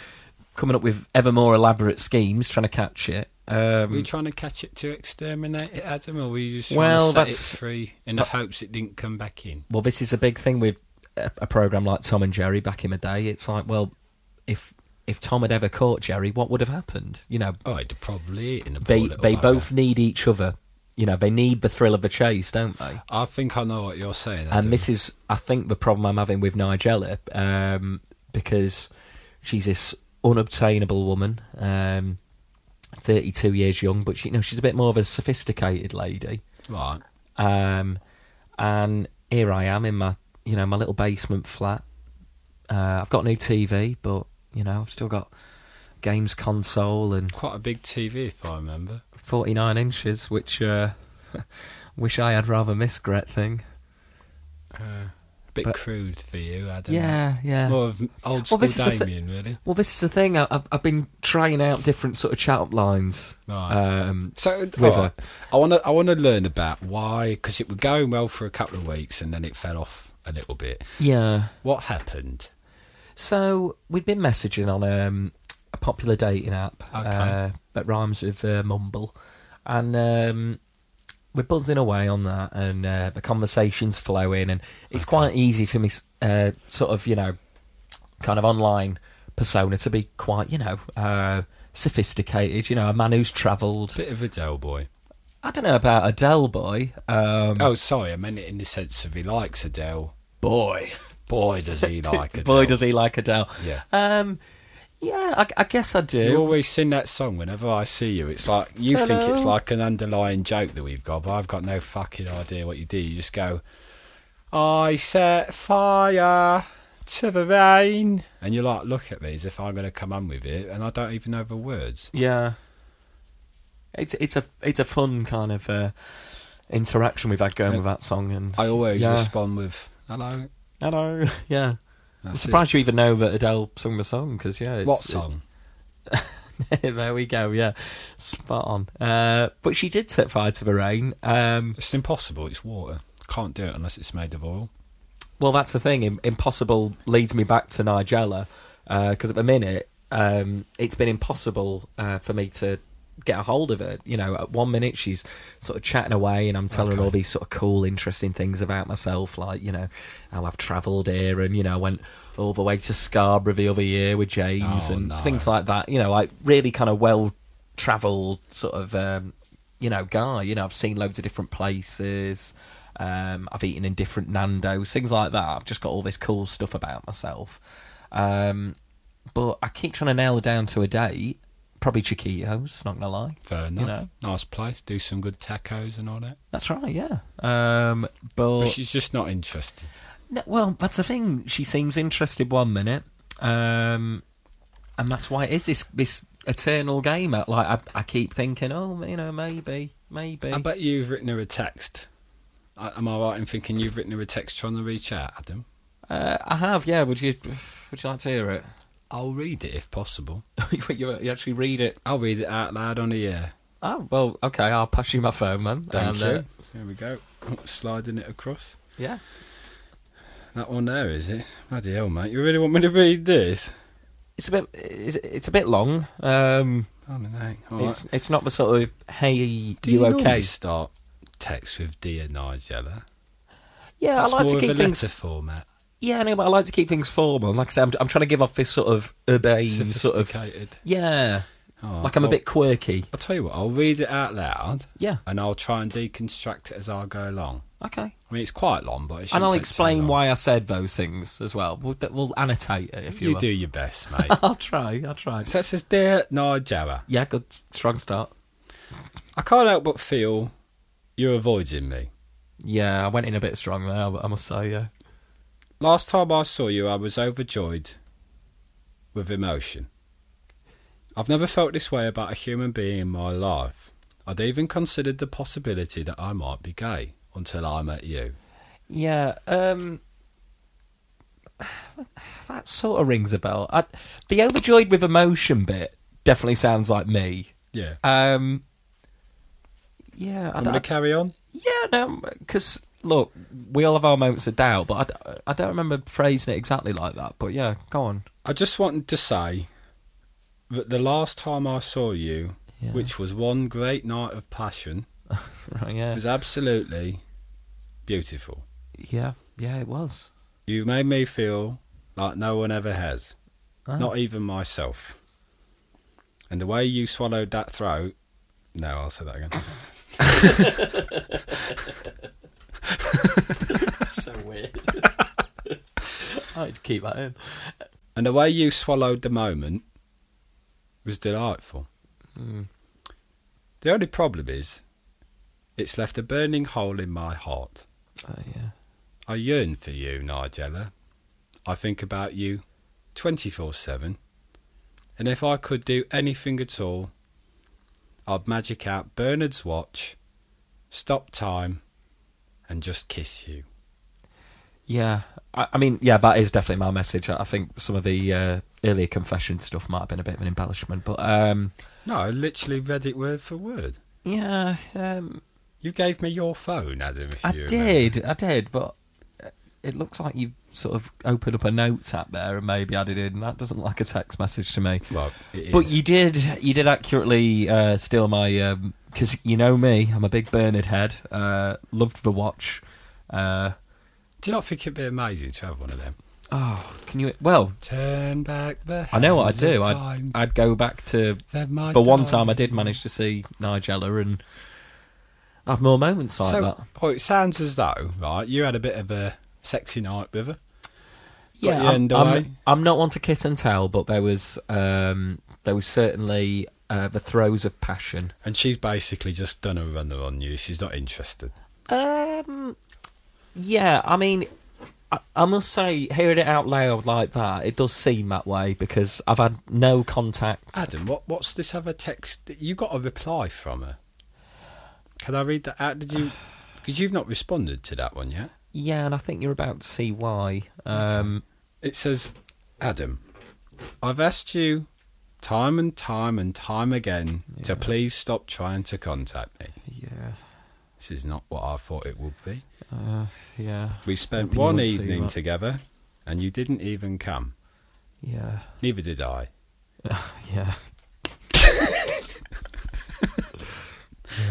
Speaker 4: coming up with ever more elaborate schemes trying to catch it.
Speaker 1: Were you
Speaker 4: Um,
Speaker 1: trying to catch it to exterminate it, Adam, or were you just
Speaker 4: Well,
Speaker 1: trying to set
Speaker 4: that's-
Speaker 1: it free in the hopes it didn't come back in?
Speaker 4: well, this is a big thing with a, a program like Tom and Jerry back in the day. It's like, well, if if Tom had ever caught Jerry, what would have happened? You know,
Speaker 1: Oh, it'd probably eaten a poor
Speaker 4: they
Speaker 1: little
Speaker 4: they
Speaker 1: bugger.
Speaker 4: both need each other. You know, they need the thrill of the chase, don't they?
Speaker 1: I think I know what you're saying. Adam.
Speaker 4: and this is I think the problem I'm having with Nigella um, because she's this unobtainable woman, um, 32 years young, but she, you know she's a bit more of a sophisticated lady.
Speaker 1: right.
Speaker 4: Um, and here I am in my you know my little basement flat. Uh, I've got a new TV, but you know I've still got games console and
Speaker 1: Quite a big TV, if I remember.
Speaker 4: 49 inches, which uh, wish I had rather missed Gret thing.
Speaker 1: Uh, a bit
Speaker 4: But-
Speaker 1: crude for you, Adam.
Speaker 4: Yeah, yeah.
Speaker 1: More of old
Speaker 4: Well,
Speaker 1: school
Speaker 4: this is the thi-
Speaker 1: Damien, really.
Speaker 4: Well, this is the thing. I- I've, I've been trying out different sort of chat up lines.
Speaker 1: Right.
Speaker 4: Um,
Speaker 1: So
Speaker 4: With
Speaker 1: alright, I want to I want to learn about why because it was going well for a couple of weeks and then it fell off a little bit.
Speaker 4: yeah.
Speaker 1: What happened?
Speaker 4: So we'd been messaging on um, a popular dating app
Speaker 1: Okay.
Speaker 4: uh, that rhymes with uh, Mumble, and um, we're buzzing away on that, and uh, the conversation's flowing, and it's quite easy for me, s- uh, sort of, you know, kind of online persona to be quite, you know, uh, sophisticated. You know, a man who's travelled.
Speaker 1: Bit of a Dell boy.
Speaker 4: I don't know about Adele boy. Um,
Speaker 1: Oh, sorry, I meant it in the sense of he likes Adele.
Speaker 4: boy.
Speaker 1: Boy, does he like Adele.
Speaker 4: Boy, does he like Adele.
Speaker 1: Yeah.
Speaker 4: Um, yeah, I, I guess I do.
Speaker 1: You always sing that song whenever I see you. It's like you think it's
Speaker 4: Hello.
Speaker 1: like an underlying joke that we've got, but I've got no fucking idea what you do. You just go, I set fire to the rain, and you like look at me as if I'm going to come on with it, and I don't even know the words.
Speaker 4: yeah. It's it's a it's a fun kind of uh, interaction we've had going with that song and
Speaker 1: I always
Speaker 4: Yeah.
Speaker 1: respond with hello.
Speaker 4: hello yeah. I'm
Speaker 1: That's
Speaker 4: surprised you even know that Adele sung the song because yeah,
Speaker 1: it.
Speaker 4: it's,
Speaker 1: What song?
Speaker 4: there we go, yeah, spot on. Uh, but she did set fire to the rain. Um,
Speaker 1: It's impossible. It's water. Can't do it unless it's made of oil.
Speaker 4: Well, that's the thing. Im- Impossible leads me back to Nigella because at the minute um, it's been impossible uh, for me to get a hold of her. You know, at one minute she's sort of chatting away, and I'm telling her all these sort of cool, interesting things about myself, like you know how I've travelled here, and you know I went all the way to Scarborough the other year with James,
Speaker 1: Oh,
Speaker 4: and
Speaker 1: no.
Speaker 4: things like that. You know, like really kind of well travelled sort of um, you know guy. You know, I've seen loads of different places. Um, I've eaten in different Nando's, things like that. I've just got all this cool stuff about myself. Um, but I keep trying to nail her down to a date. Probably Chiquitos, not gonna lie.
Speaker 1: Fair enough.
Speaker 4: know.
Speaker 1: Nice place. Do some good tacos and all that.
Speaker 4: That's right, yeah. Um, but,
Speaker 1: But she's just not interested.
Speaker 4: No, well, that's the thing. She seems interested one minute, um, and that's why it is this this eternal game. Like I, I keep thinking, oh, you know, maybe, maybe.
Speaker 1: I bet you've written her a text. I- Am I right in thinking you've written her a text trying to reach out, Adam?
Speaker 4: Uh, I have, yeah. Would you Would you like to hear it?
Speaker 1: I'll read it if possible.
Speaker 4: you, you you actually read it?
Speaker 1: I'll read it out loud on the air.
Speaker 4: Oh well, okay. I'll pass you my phone, man.
Speaker 1: Thank
Speaker 4: And, uh,
Speaker 1: you. Here we go. Oh, Sliding it across.
Speaker 4: yeah.
Speaker 1: That one there, is it? Bloody hell, mate. You really want me to read this?
Speaker 4: It's a bit. It's, it's a bit long. Um,
Speaker 1: Oh, no. All
Speaker 4: it's
Speaker 1: right.
Speaker 4: it's not the sort of hey,
Speaker 1: Do
Speaker 4: you,
Speaker 1: normally
Speaker 4: okay?
Speaker 1: start text with Dear Nigella?
Speaker 4: Yeah,
Speaker 1: That's
Speaker 4: I like
Speaker 1: more
Speaker 4: to
Speaker 1: of
Speaker 4: keep
Speaker 1: a
Speaker 4: things
Speaker 1: letter format.
Speaker 4: Yeah, no, but I like to keep things formal. Like I said, I'm, I'm trying to give off this sort of urbane sort of.
Speaker 1: Sophisticated.
Speaker 4: Yeah.
Speaker 1: Oh,
Speaker 4: like I'm a
Speaker 1: well-
Speaker 4: bit quirky.
Speaker 1: I'll tell you what, I'll read it out loud.
Speaker 4: Yeah.
Speaker 1: And I'll try and deconstruct it as I go along.
Speaker 4: Okay.
Speaker 1: I mean, it's quite long, but it
Speaker 4: And
Speaker 1: shouldn't
Speaker 4: I'll
Speaker 1: take too
Speaker 4: explain
Speaker 1: long.
Speaker 4: why I said those things as well. We'll, we'll annotate it if you,
Speaker 1: You
Speaker 4: like.
Speaker 1: do your best, mate.
Speaker 4: I'll try. I'll try.
Speaker 1: so it says, Dear Nigella,
Speaker 4: Yeah, good strong start.
Speaker 1: I can't help but feel you're avoiding me.
Speaker 4: Yeah, I went in a bit strong there. I I must say, yeah.
Speaker 1: Last time I saw you, I was overjoyed with emotion. I've never felt this way about a human being in my life. I'd even considered the possibility that I might be gay until I met you.
Speaker 4: Yeah, um, that sort of rings a bell. I, the overjoyed with emotion bit definitely sounds like me.
Speaker 1: Yeah.
Speaker 4: Um, yeah, I,
Speaker 1: I'm going to
Speaker 4: don't
Speaker 1: carry on.
Speaker 4: yeah, no, because look, we all have our moments of doubt, but I, d- I don't remember phrasing it exactly like that. But yeah, go on.
Speaker 1: I just wanted to say that the last time I saw you,
Speaker 4: Yeah.
Speaker 1: which was one great night of passion,
Speaker 4: Right, yeah,
Speaker 1: was absolutely beautiful.
Speaker 4: yeah, yeah, it was.
Speaker 1: You made me feel like no one ever has,
Speaker 4: Oh.
Speaker 1: not even myself. And the way you swallowed that throat. No, I'll say that again.
Speaker 4: so weird. I like to keep that in.
Speaker 1: And the way you swallowed the moment was delightful. The only problem is, it's left a burning hole in my heart.
Speaker 4: Oh yeah.
Speaker 1: I yearn for you, Nigella. I think about you 24 7. And if I could do anything at all, I'd magic out Bernard's watch, stop time, and just kiss you.
Speaker 4: Yeah, I, I mean, yeah, that is definitely my message. I, I think some of the uh, earlier confession stuff might have been a bit of an embellishment, but um,
Speaker 1: No, I literally read it word for word.
Speaker 4: yeah, um,
Speaker 1: You gave me your phone, Adam, if
Speaker 4: I
Speaker 1: you remember.
Speaker 4: did, I did, but uh, it looks like you've sort of opened up a notes app there and maybe added in. That doesn't like a text message to me.
Speaker 1: Well, it
Speaker 4: But
Speaker 1: is.
Speaker 4: you did, you did accurately uh, steal my because you know me, I'm a big Bernard head. Uh, loved the watch. Uh,
Speaker 1: Do you not think it'd be amazing to have one of them?
Speaker 4: oh, can you? Well,
Speaker 1: Turn back the
Speaker 4: I know what I'd
Speaker 1: hands of
Speaker 4: do. I'd,
Speaker 1: time.
Speaker 4: I'd go back to
Speaker 1: They're my
Speaker 4: But one
Speaker 1: darling.
Speaker 4: time I did manage to see Nigella and have more moments like
Speaker 1: so,
Speaker 4: that.
Speaker 1: Oh, it sounds as though, right, you had a bit of a sexy night with her. Got your
Speaker 4: I'm,
Speaker 1: end away.
Speaker 4: I'm, I'm not one to kiss and tell, but there was um, there was certainly uh, the throes of passion.
Speaker 1: And she's basically just done a runner on you. She's not interested.
Speaker 4: Um, yeah, I mean, I, I must say, hearing it out loud like that, it does seem that way because I've had no contact.
Speaker 1: Adam, what what's this other text? You got a reply from her. Can I read that out? Did you? Because you've not responded to that one yet.
Speaker 4: yeah, and I think you're about to see why. Um,
Speaker 1: It says, Adam, I've asked you time and time and time again to please stop trying to contact me.
Speaker 4: yeah,
Speaker 1: This is not what I thought it would be.
Speaker 4: uh, yeah,
Speaker 1: We spent
Speaker 4: Hoping you
Speaker 1: one
Speaker 4: won't see
Speaker 1: evening
Speaker 4: that.
Speaker 1: together, and you didn't even come.
Speaker 4: yeah,
Speaker 1: Neither did I.
Speaker 4: Yeah. yeah,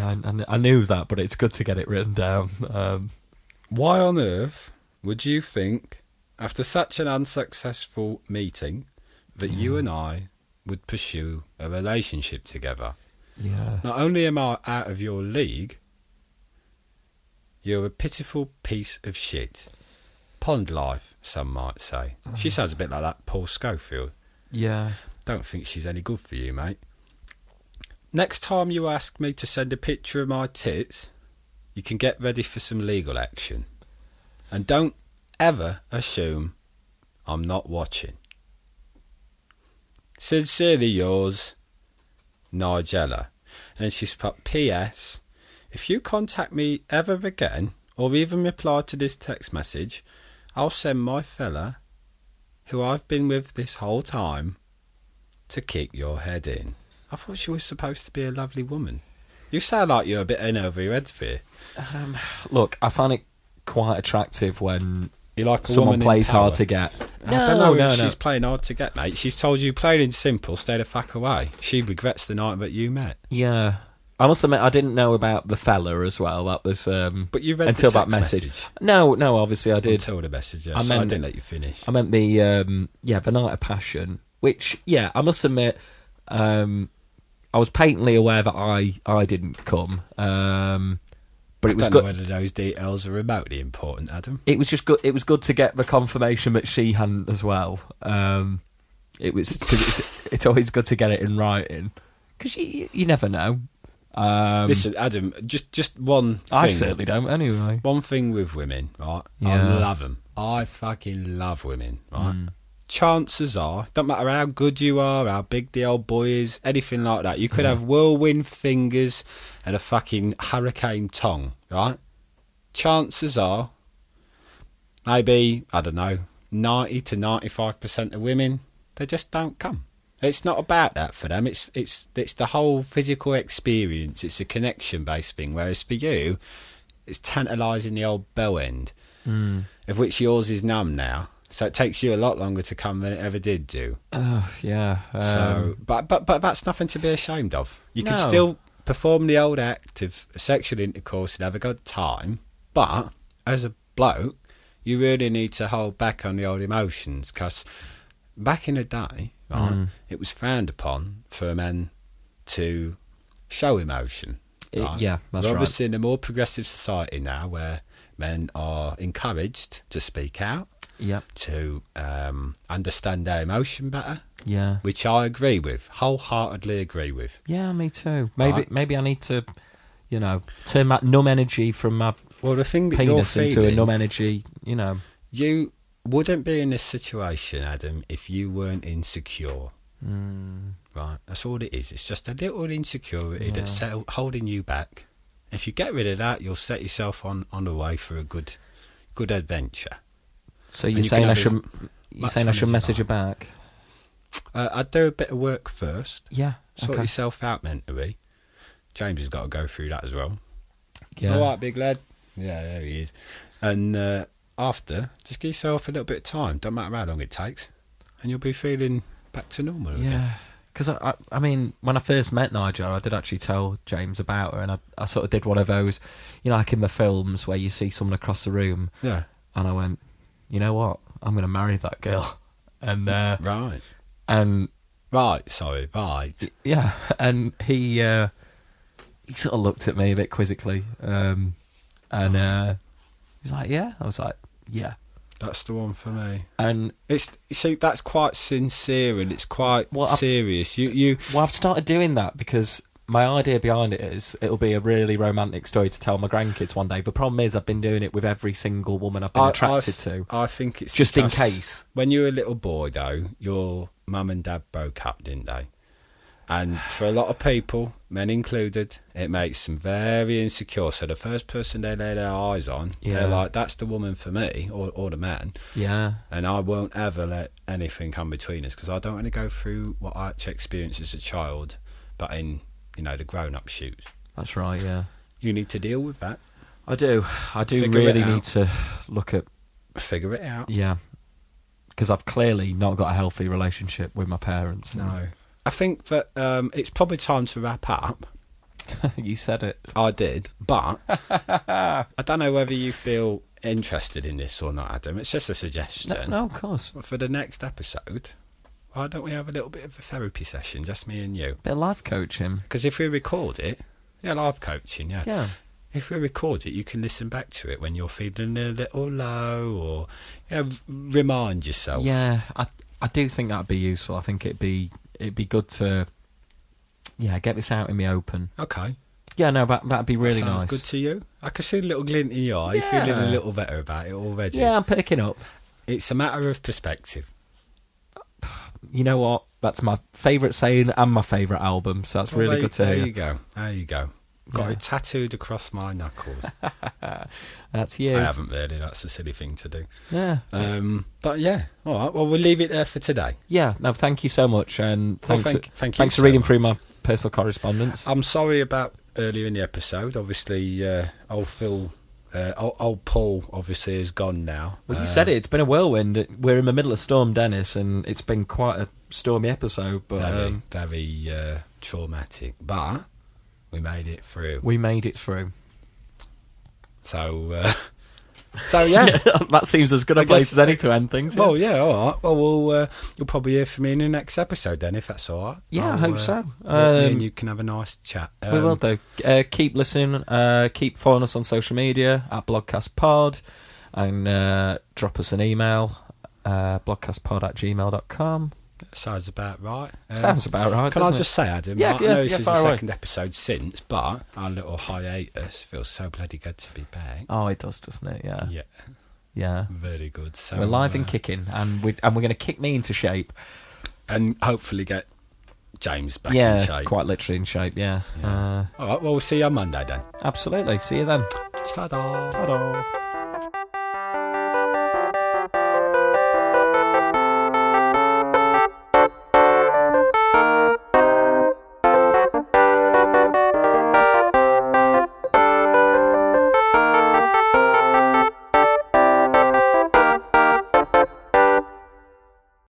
Speaker 4: I, I kn- I knew that, but it's good to get it written down. Um,
Speaker 1: Why on earth would you think, after such an unsuccessful meeting, that you and I would pursue a relationship together?
Speaker 4: yeah.
Speaker 1: Not only am I out of your league, you're a pitiful piece of shit. Pond life, some might say. She sounds a bit like that Paul Schofield.
Speaker 4: Yeah.
Speaker 1: Don't think she's any good for you, mate. Next time you ask me to send a picture of my tits, you can get ready for some legal action. And don't ever assume I'm not watching. Sincerely yours, Nigella. And she's put P.S. If you contact me ever again, or even reply to this text message, I'll send my fella, who I've been with this whole time, to keep your head in. I thought she was supposed to be a lovely woman. You sound like you're a bit in over your head here.
Speaker 4: Look, I find it quite attractive when
Speaker 1: You like a
Speaker 4: someone
Speaker 1: woman in
Speaker 4: plays hard
Speaker 1: power.
Speaker 4: to get.
Speaker 1: I don't know if she's playing hard to get, mate. She's told you plain and simple, stay the fuck away. She regrets the night that you met.
Speaker 4: Yeah. I must admit, I didn't know about the fella as well. That was um,
Speaker 1: But you read the
Speaker 4: until that
Speaker 1: text
Speaker 4: message.
Speaker 1: message.
Speaker 4: No, no, obviously I did.
Speaker 1: Until the message, yeah,
Speaker 4: I
Speaker 1: so I
Speaker 4: meant-
Speaker 1: didn't let you finish.
Speaker 4: I meant the um, yeah, the night of passion, which yeah, I must admit, um, I was patently aware that I I didn't come, um, but it was
Speaker 1: I don't
Speaker 4: good.
Speaker 1: know whether those details are remotely important, Adam.
Speaker 4: It was just good. It was good to get the confirmation that she hadn't as well. Um, it was because it's it's always good to get it in writing because you you never know. Um,
Speaker 1: Listen, Adam, just just one.
Speaker 4: I
Speaker 1: thing.
Speaker 4: certainly don't. Anyway,
Speaker 1: One thing with women, right? I
Speaker 4: Yeah.
Speaker 1: love them. I fucking love women, right? Chances are, don't matter how good you are, how big the old boy is, anything like that, you could have whirlwind fingers and a fucking hurricane tongue, right? Chances are, maybe, I don't know, 90 to 95% of women, they just don't come. It's not about that for them. It's it's it's the whole physical experience. It's a connection based thing. Whereas for you, it's tantalising the old bell end, of which yours is numb now. So it takes you a lot longer to come than it ever did do.
Speaker 4: oh, yeah.
Speaker 1: uh,
Speaker 4: Um,
Speaker 1: so, but but but that's nothing to be ashamed of. You can
Speaker 4: No.
Speaker 1: still perform the old act of sexual intercourse and have a good time. But as a bloke, you really need to hold back on the old emotions because back in the day, right,
Speaker 4: Mm.
Speaker 1: it was frowned upon for men to show emotion.
Speaker 4: It- yeah, that's
Speaker 1: We're
Speaker 4: right.
Speaker 1: obviously in a more progressive society now where men are encouraged to speak out,
Speaker 4: yeah,
Speaker 1: to um, understand their emotion better,
Speaker 4: yeah.
Speaker 1: which I agree with, wholeheartedly agree with.
Speaker 4: Yeah, me too. Maybe
Speaker 1: Right.
Speaker 4: maybe I need to, you know, turn that numb energy from my
Speaker 1: Well, the thing that
Speaker 4: penis
Speaker 1: you're
Speaker 4: into a
Speaker 1: feeling,
Speaker 4: numb energy. You know,
Speaker 1: you wouldn't be in this situation, Adam, if you weren't insecure.
Speaker 4: Hmm.
Speaker 1: Right, that's all it is. It's just a little insecurity that's settle- holding you back. If you get rid of that, you'll set yourself on on the way for a good, good adventure.
Speaker 4: so
Speaker 1: And you
Speaker 4: you're
Speaker 1: can
Speaker 4: saying I
Speaker 1: have as
Speaker 4: should you
Speaker 1: much
Speaker 4: saying I
Speaker 1: fun
Speaker 4: should
Speaker 1: as you
Speaker 4: message her
Speaker 1: like.
Speaker 4: back?
Speaker 1: Uh, I'd do a bit of work first.
Speaker 4: Yeah.
Speaker 1: Sort
Speaker 4: okay.
Speaker 1: yourself out mentally. James has got to go through that as well.
Speaker 4: Yeah.
Speaker 1: All right, big lad. Yeah, there he is. And uh, after, just give yourself a little bit of time. Don't matter how long it takes, and you'll be feeling back to normal again.
Speaker 4: Yeah. Because I, I, I mean, when I first met Nigel, I did actually tell James about her, and I, I sort of did one of those, you know, like in the films where you see someone across the room,
Speaker 1: Yeah.
Speaker 4: and I went, you know what, I'm going to marry that girl, and uh,
Speaker 1: Right.
Speaker 4: and
Speaker 1: Right. Sorry. Right.
Speaker 4: Yeah, and he uh, he sort of looked at me a bit quizzically, um, and uh, he was like, "Yeah." I was like, "Yeah,"
Speaker 1: That's the one for me.
Speaker 4: and
Speaker 1: It's you see that's quite sincere and it's quite
Speaker 4: Well, I've-
Speaker 1: serious. You you
Speaker 4: well, I've started doing that because my idea behind it is it'll be a really romantic story to tell my grandkids one day. The problem is, I've been doing it with every single woman I've been attracted
Speaker 1: I,
Speaker 4: to.
Speaker 1: I think it's
Speaker 4: Just in
Speaker 1: because
Speaker 4: case.
Speaker 1: When you were a little boy, though, your mum and dad broke up, didn't they? And for a lot of people, men included, it makes them very insecure. So the first person they lay their eyes on,
Speaker 4: Yeah.
Speaker 1: they're like, "That's the woman for me, or or the man,"
Speaker 4: Yeah,
Speaker 1: and I won't ever let anything come between us because I don't want to go through what I had to experience as a child, but in you know the grown-up shoes.
Speaker 4: that's right. Yeah,
Speaker 1: You need to deal with that,
Speaker 4: I do. I do
Speaker 1: Figure it
Speaker 4: really
Speaker 1: out.
Speaker 4: need to look at
Speaker 1: figure it out.
Speaker 4: yeah. Because I've clearly not got a healthy relationship with my parents.
Speaker 1: No. I think that um, it's probably time to wrap up.
Speaker 4: you said it.
Speaker 1: I did, but I don't know whether you feel interested in this or not, Adam. It's just a
Speaker 4: No,
Speaker 1: suggestion.
Speaker 4: no, of course.
Speaker 1: For the next episode, why don't we have a little bit of a therapy session, just me and you?
Speaker 4: bit of life coaching.
Speaker 1: Because if we record it, yeah, live coaching, yeah.
Speaker 4: Yeah.
Speaker 1: If we record it, you can listen back to it when you're feeling a little low or you know, remind yourself.
Speaker 4: Yeah, I I do think that'd be useful. I think it'd be it'd be good to yeah get this out in the open.
Speaker 1: Okay.
Speaker 4: Yeah, no, that that'd be really
Speaker 1: Sounds
Speaker 4: nice.
Speaker 1: good to you. I can see a little glint in your eye. You're feeling a
Speaker 4: Yeah.
Speaker 1: little better about it already.
Speaker 4: yeah, I'm picking up.
Speaker 1: It's a matter of perspective.
Speaker 4: You know what? That's my favourite saying and my favourite album. So that's really
Speaker 1: Well,
Speaker 4: good to
Speaker 1: there, There
Speaker 4: hear.
Speaker 1: you go. There you go. Got
Speaker 4: Yeah.
Speaker 1: it tattooed across my knuckles.
Speaker 4: That's
Speaker 1: I
Speaker 4: you.
Speaker 1: haven't really. That's a silly thing to do.
Speaker 4: Yeah.
Speaker 1: Um, but yeah. All right. Well, we'll leave it there for today.
Speaker 4: Yeah. No, thank you so much, and
Speaker 1: Well,
Speaker 4: thanks.
Speaker 1: thank- thank you
Speaker 4: thanks
Speaker 1: so
Speaker 4: for reading
Speaker 1: much. Uh,
Speaker 4: through my personal correspondence.
Speaker 1: I'm sorry about earlier in the episode. Obviously, uh, old Phil, uh, old, old Paul, obviously is gone now.
Speaker 4: well, you
Speaker 1: Uh,
Speaker 4: said it. It's been a whirlwind. We're in the middle of Storm Dennis, and it's been quite a stormy episode. But
Speaker 1: Uh, Very,
Speaker 4: um,
Speaker 1: very uh, traumatic. But we made it through.
Speaker 4: We made it through.
Speaker 1: So, uh, so yeah.
Speaker 4: that seems as good a
Speaker 1: I
Speaker 4: place
Speaker 1: guess-
Speaker 4: as any to end things.
Speaker 1: Well, yeah, all right. Well, we'll uh, you'll probably hear from me in the next episode then, if that's all right.
Speaker 4: Yeah, I
Speaker 1: I'll,
Speaker 4: hope
Speaker 1: uh,
Speaker 4: so.
Speaker 1: we'll- me
Speaker 4: Um,
Speaker 1: and you can have a nice chat.
Speaker 4: we will
Speaker 1: Um,
Speaker 4: do. Uh, keep listening. Uh, keep following us on social media at Blogcast Pod, and uh, drop us an email. Uh, blogcastpod at gmail.com.
Speaker 1: Sounds about right. Um,
Speaker 4: Sounds about right.
Speaker 1: Can I
Speaker 4: doesn't it?
Speaker 1: just say, Adam?
Speaker 4: Yeah,
Speaker 1: right,
Speaker 4: yeah,
Speaker 1: I know this
Speaker 4: yeah,
Speaker 1: is
Speaker 4: fire
Speaker 1: the
Speaker 4: away.
Speaker 1: second episode since, but our little hiatus feels so bloody good to be back.
Speaker 4: Oh, it does, doesn't it? Yeah.
Speaker 1: Yeah,
Speaker 4: Yeah.
Speaker 1: very good. So
Speaker 4: We're live and
Speaker 1: uh,
Speaker 4: kicking, and we and we're going to kick me into shape.
Speaker 1: and hopefully get James back
Speaker 4: yeah,
Speaker 1: in shape.
Speaker 4: quite literally in shape. Yeah.
Speaker 1: Yeah. All right. Well, we'll see you on Monday then.
Speaker 4: Uh, absolutely. See you then.
Speaker 1: Ta-da.
Speaker 4: Ta-da.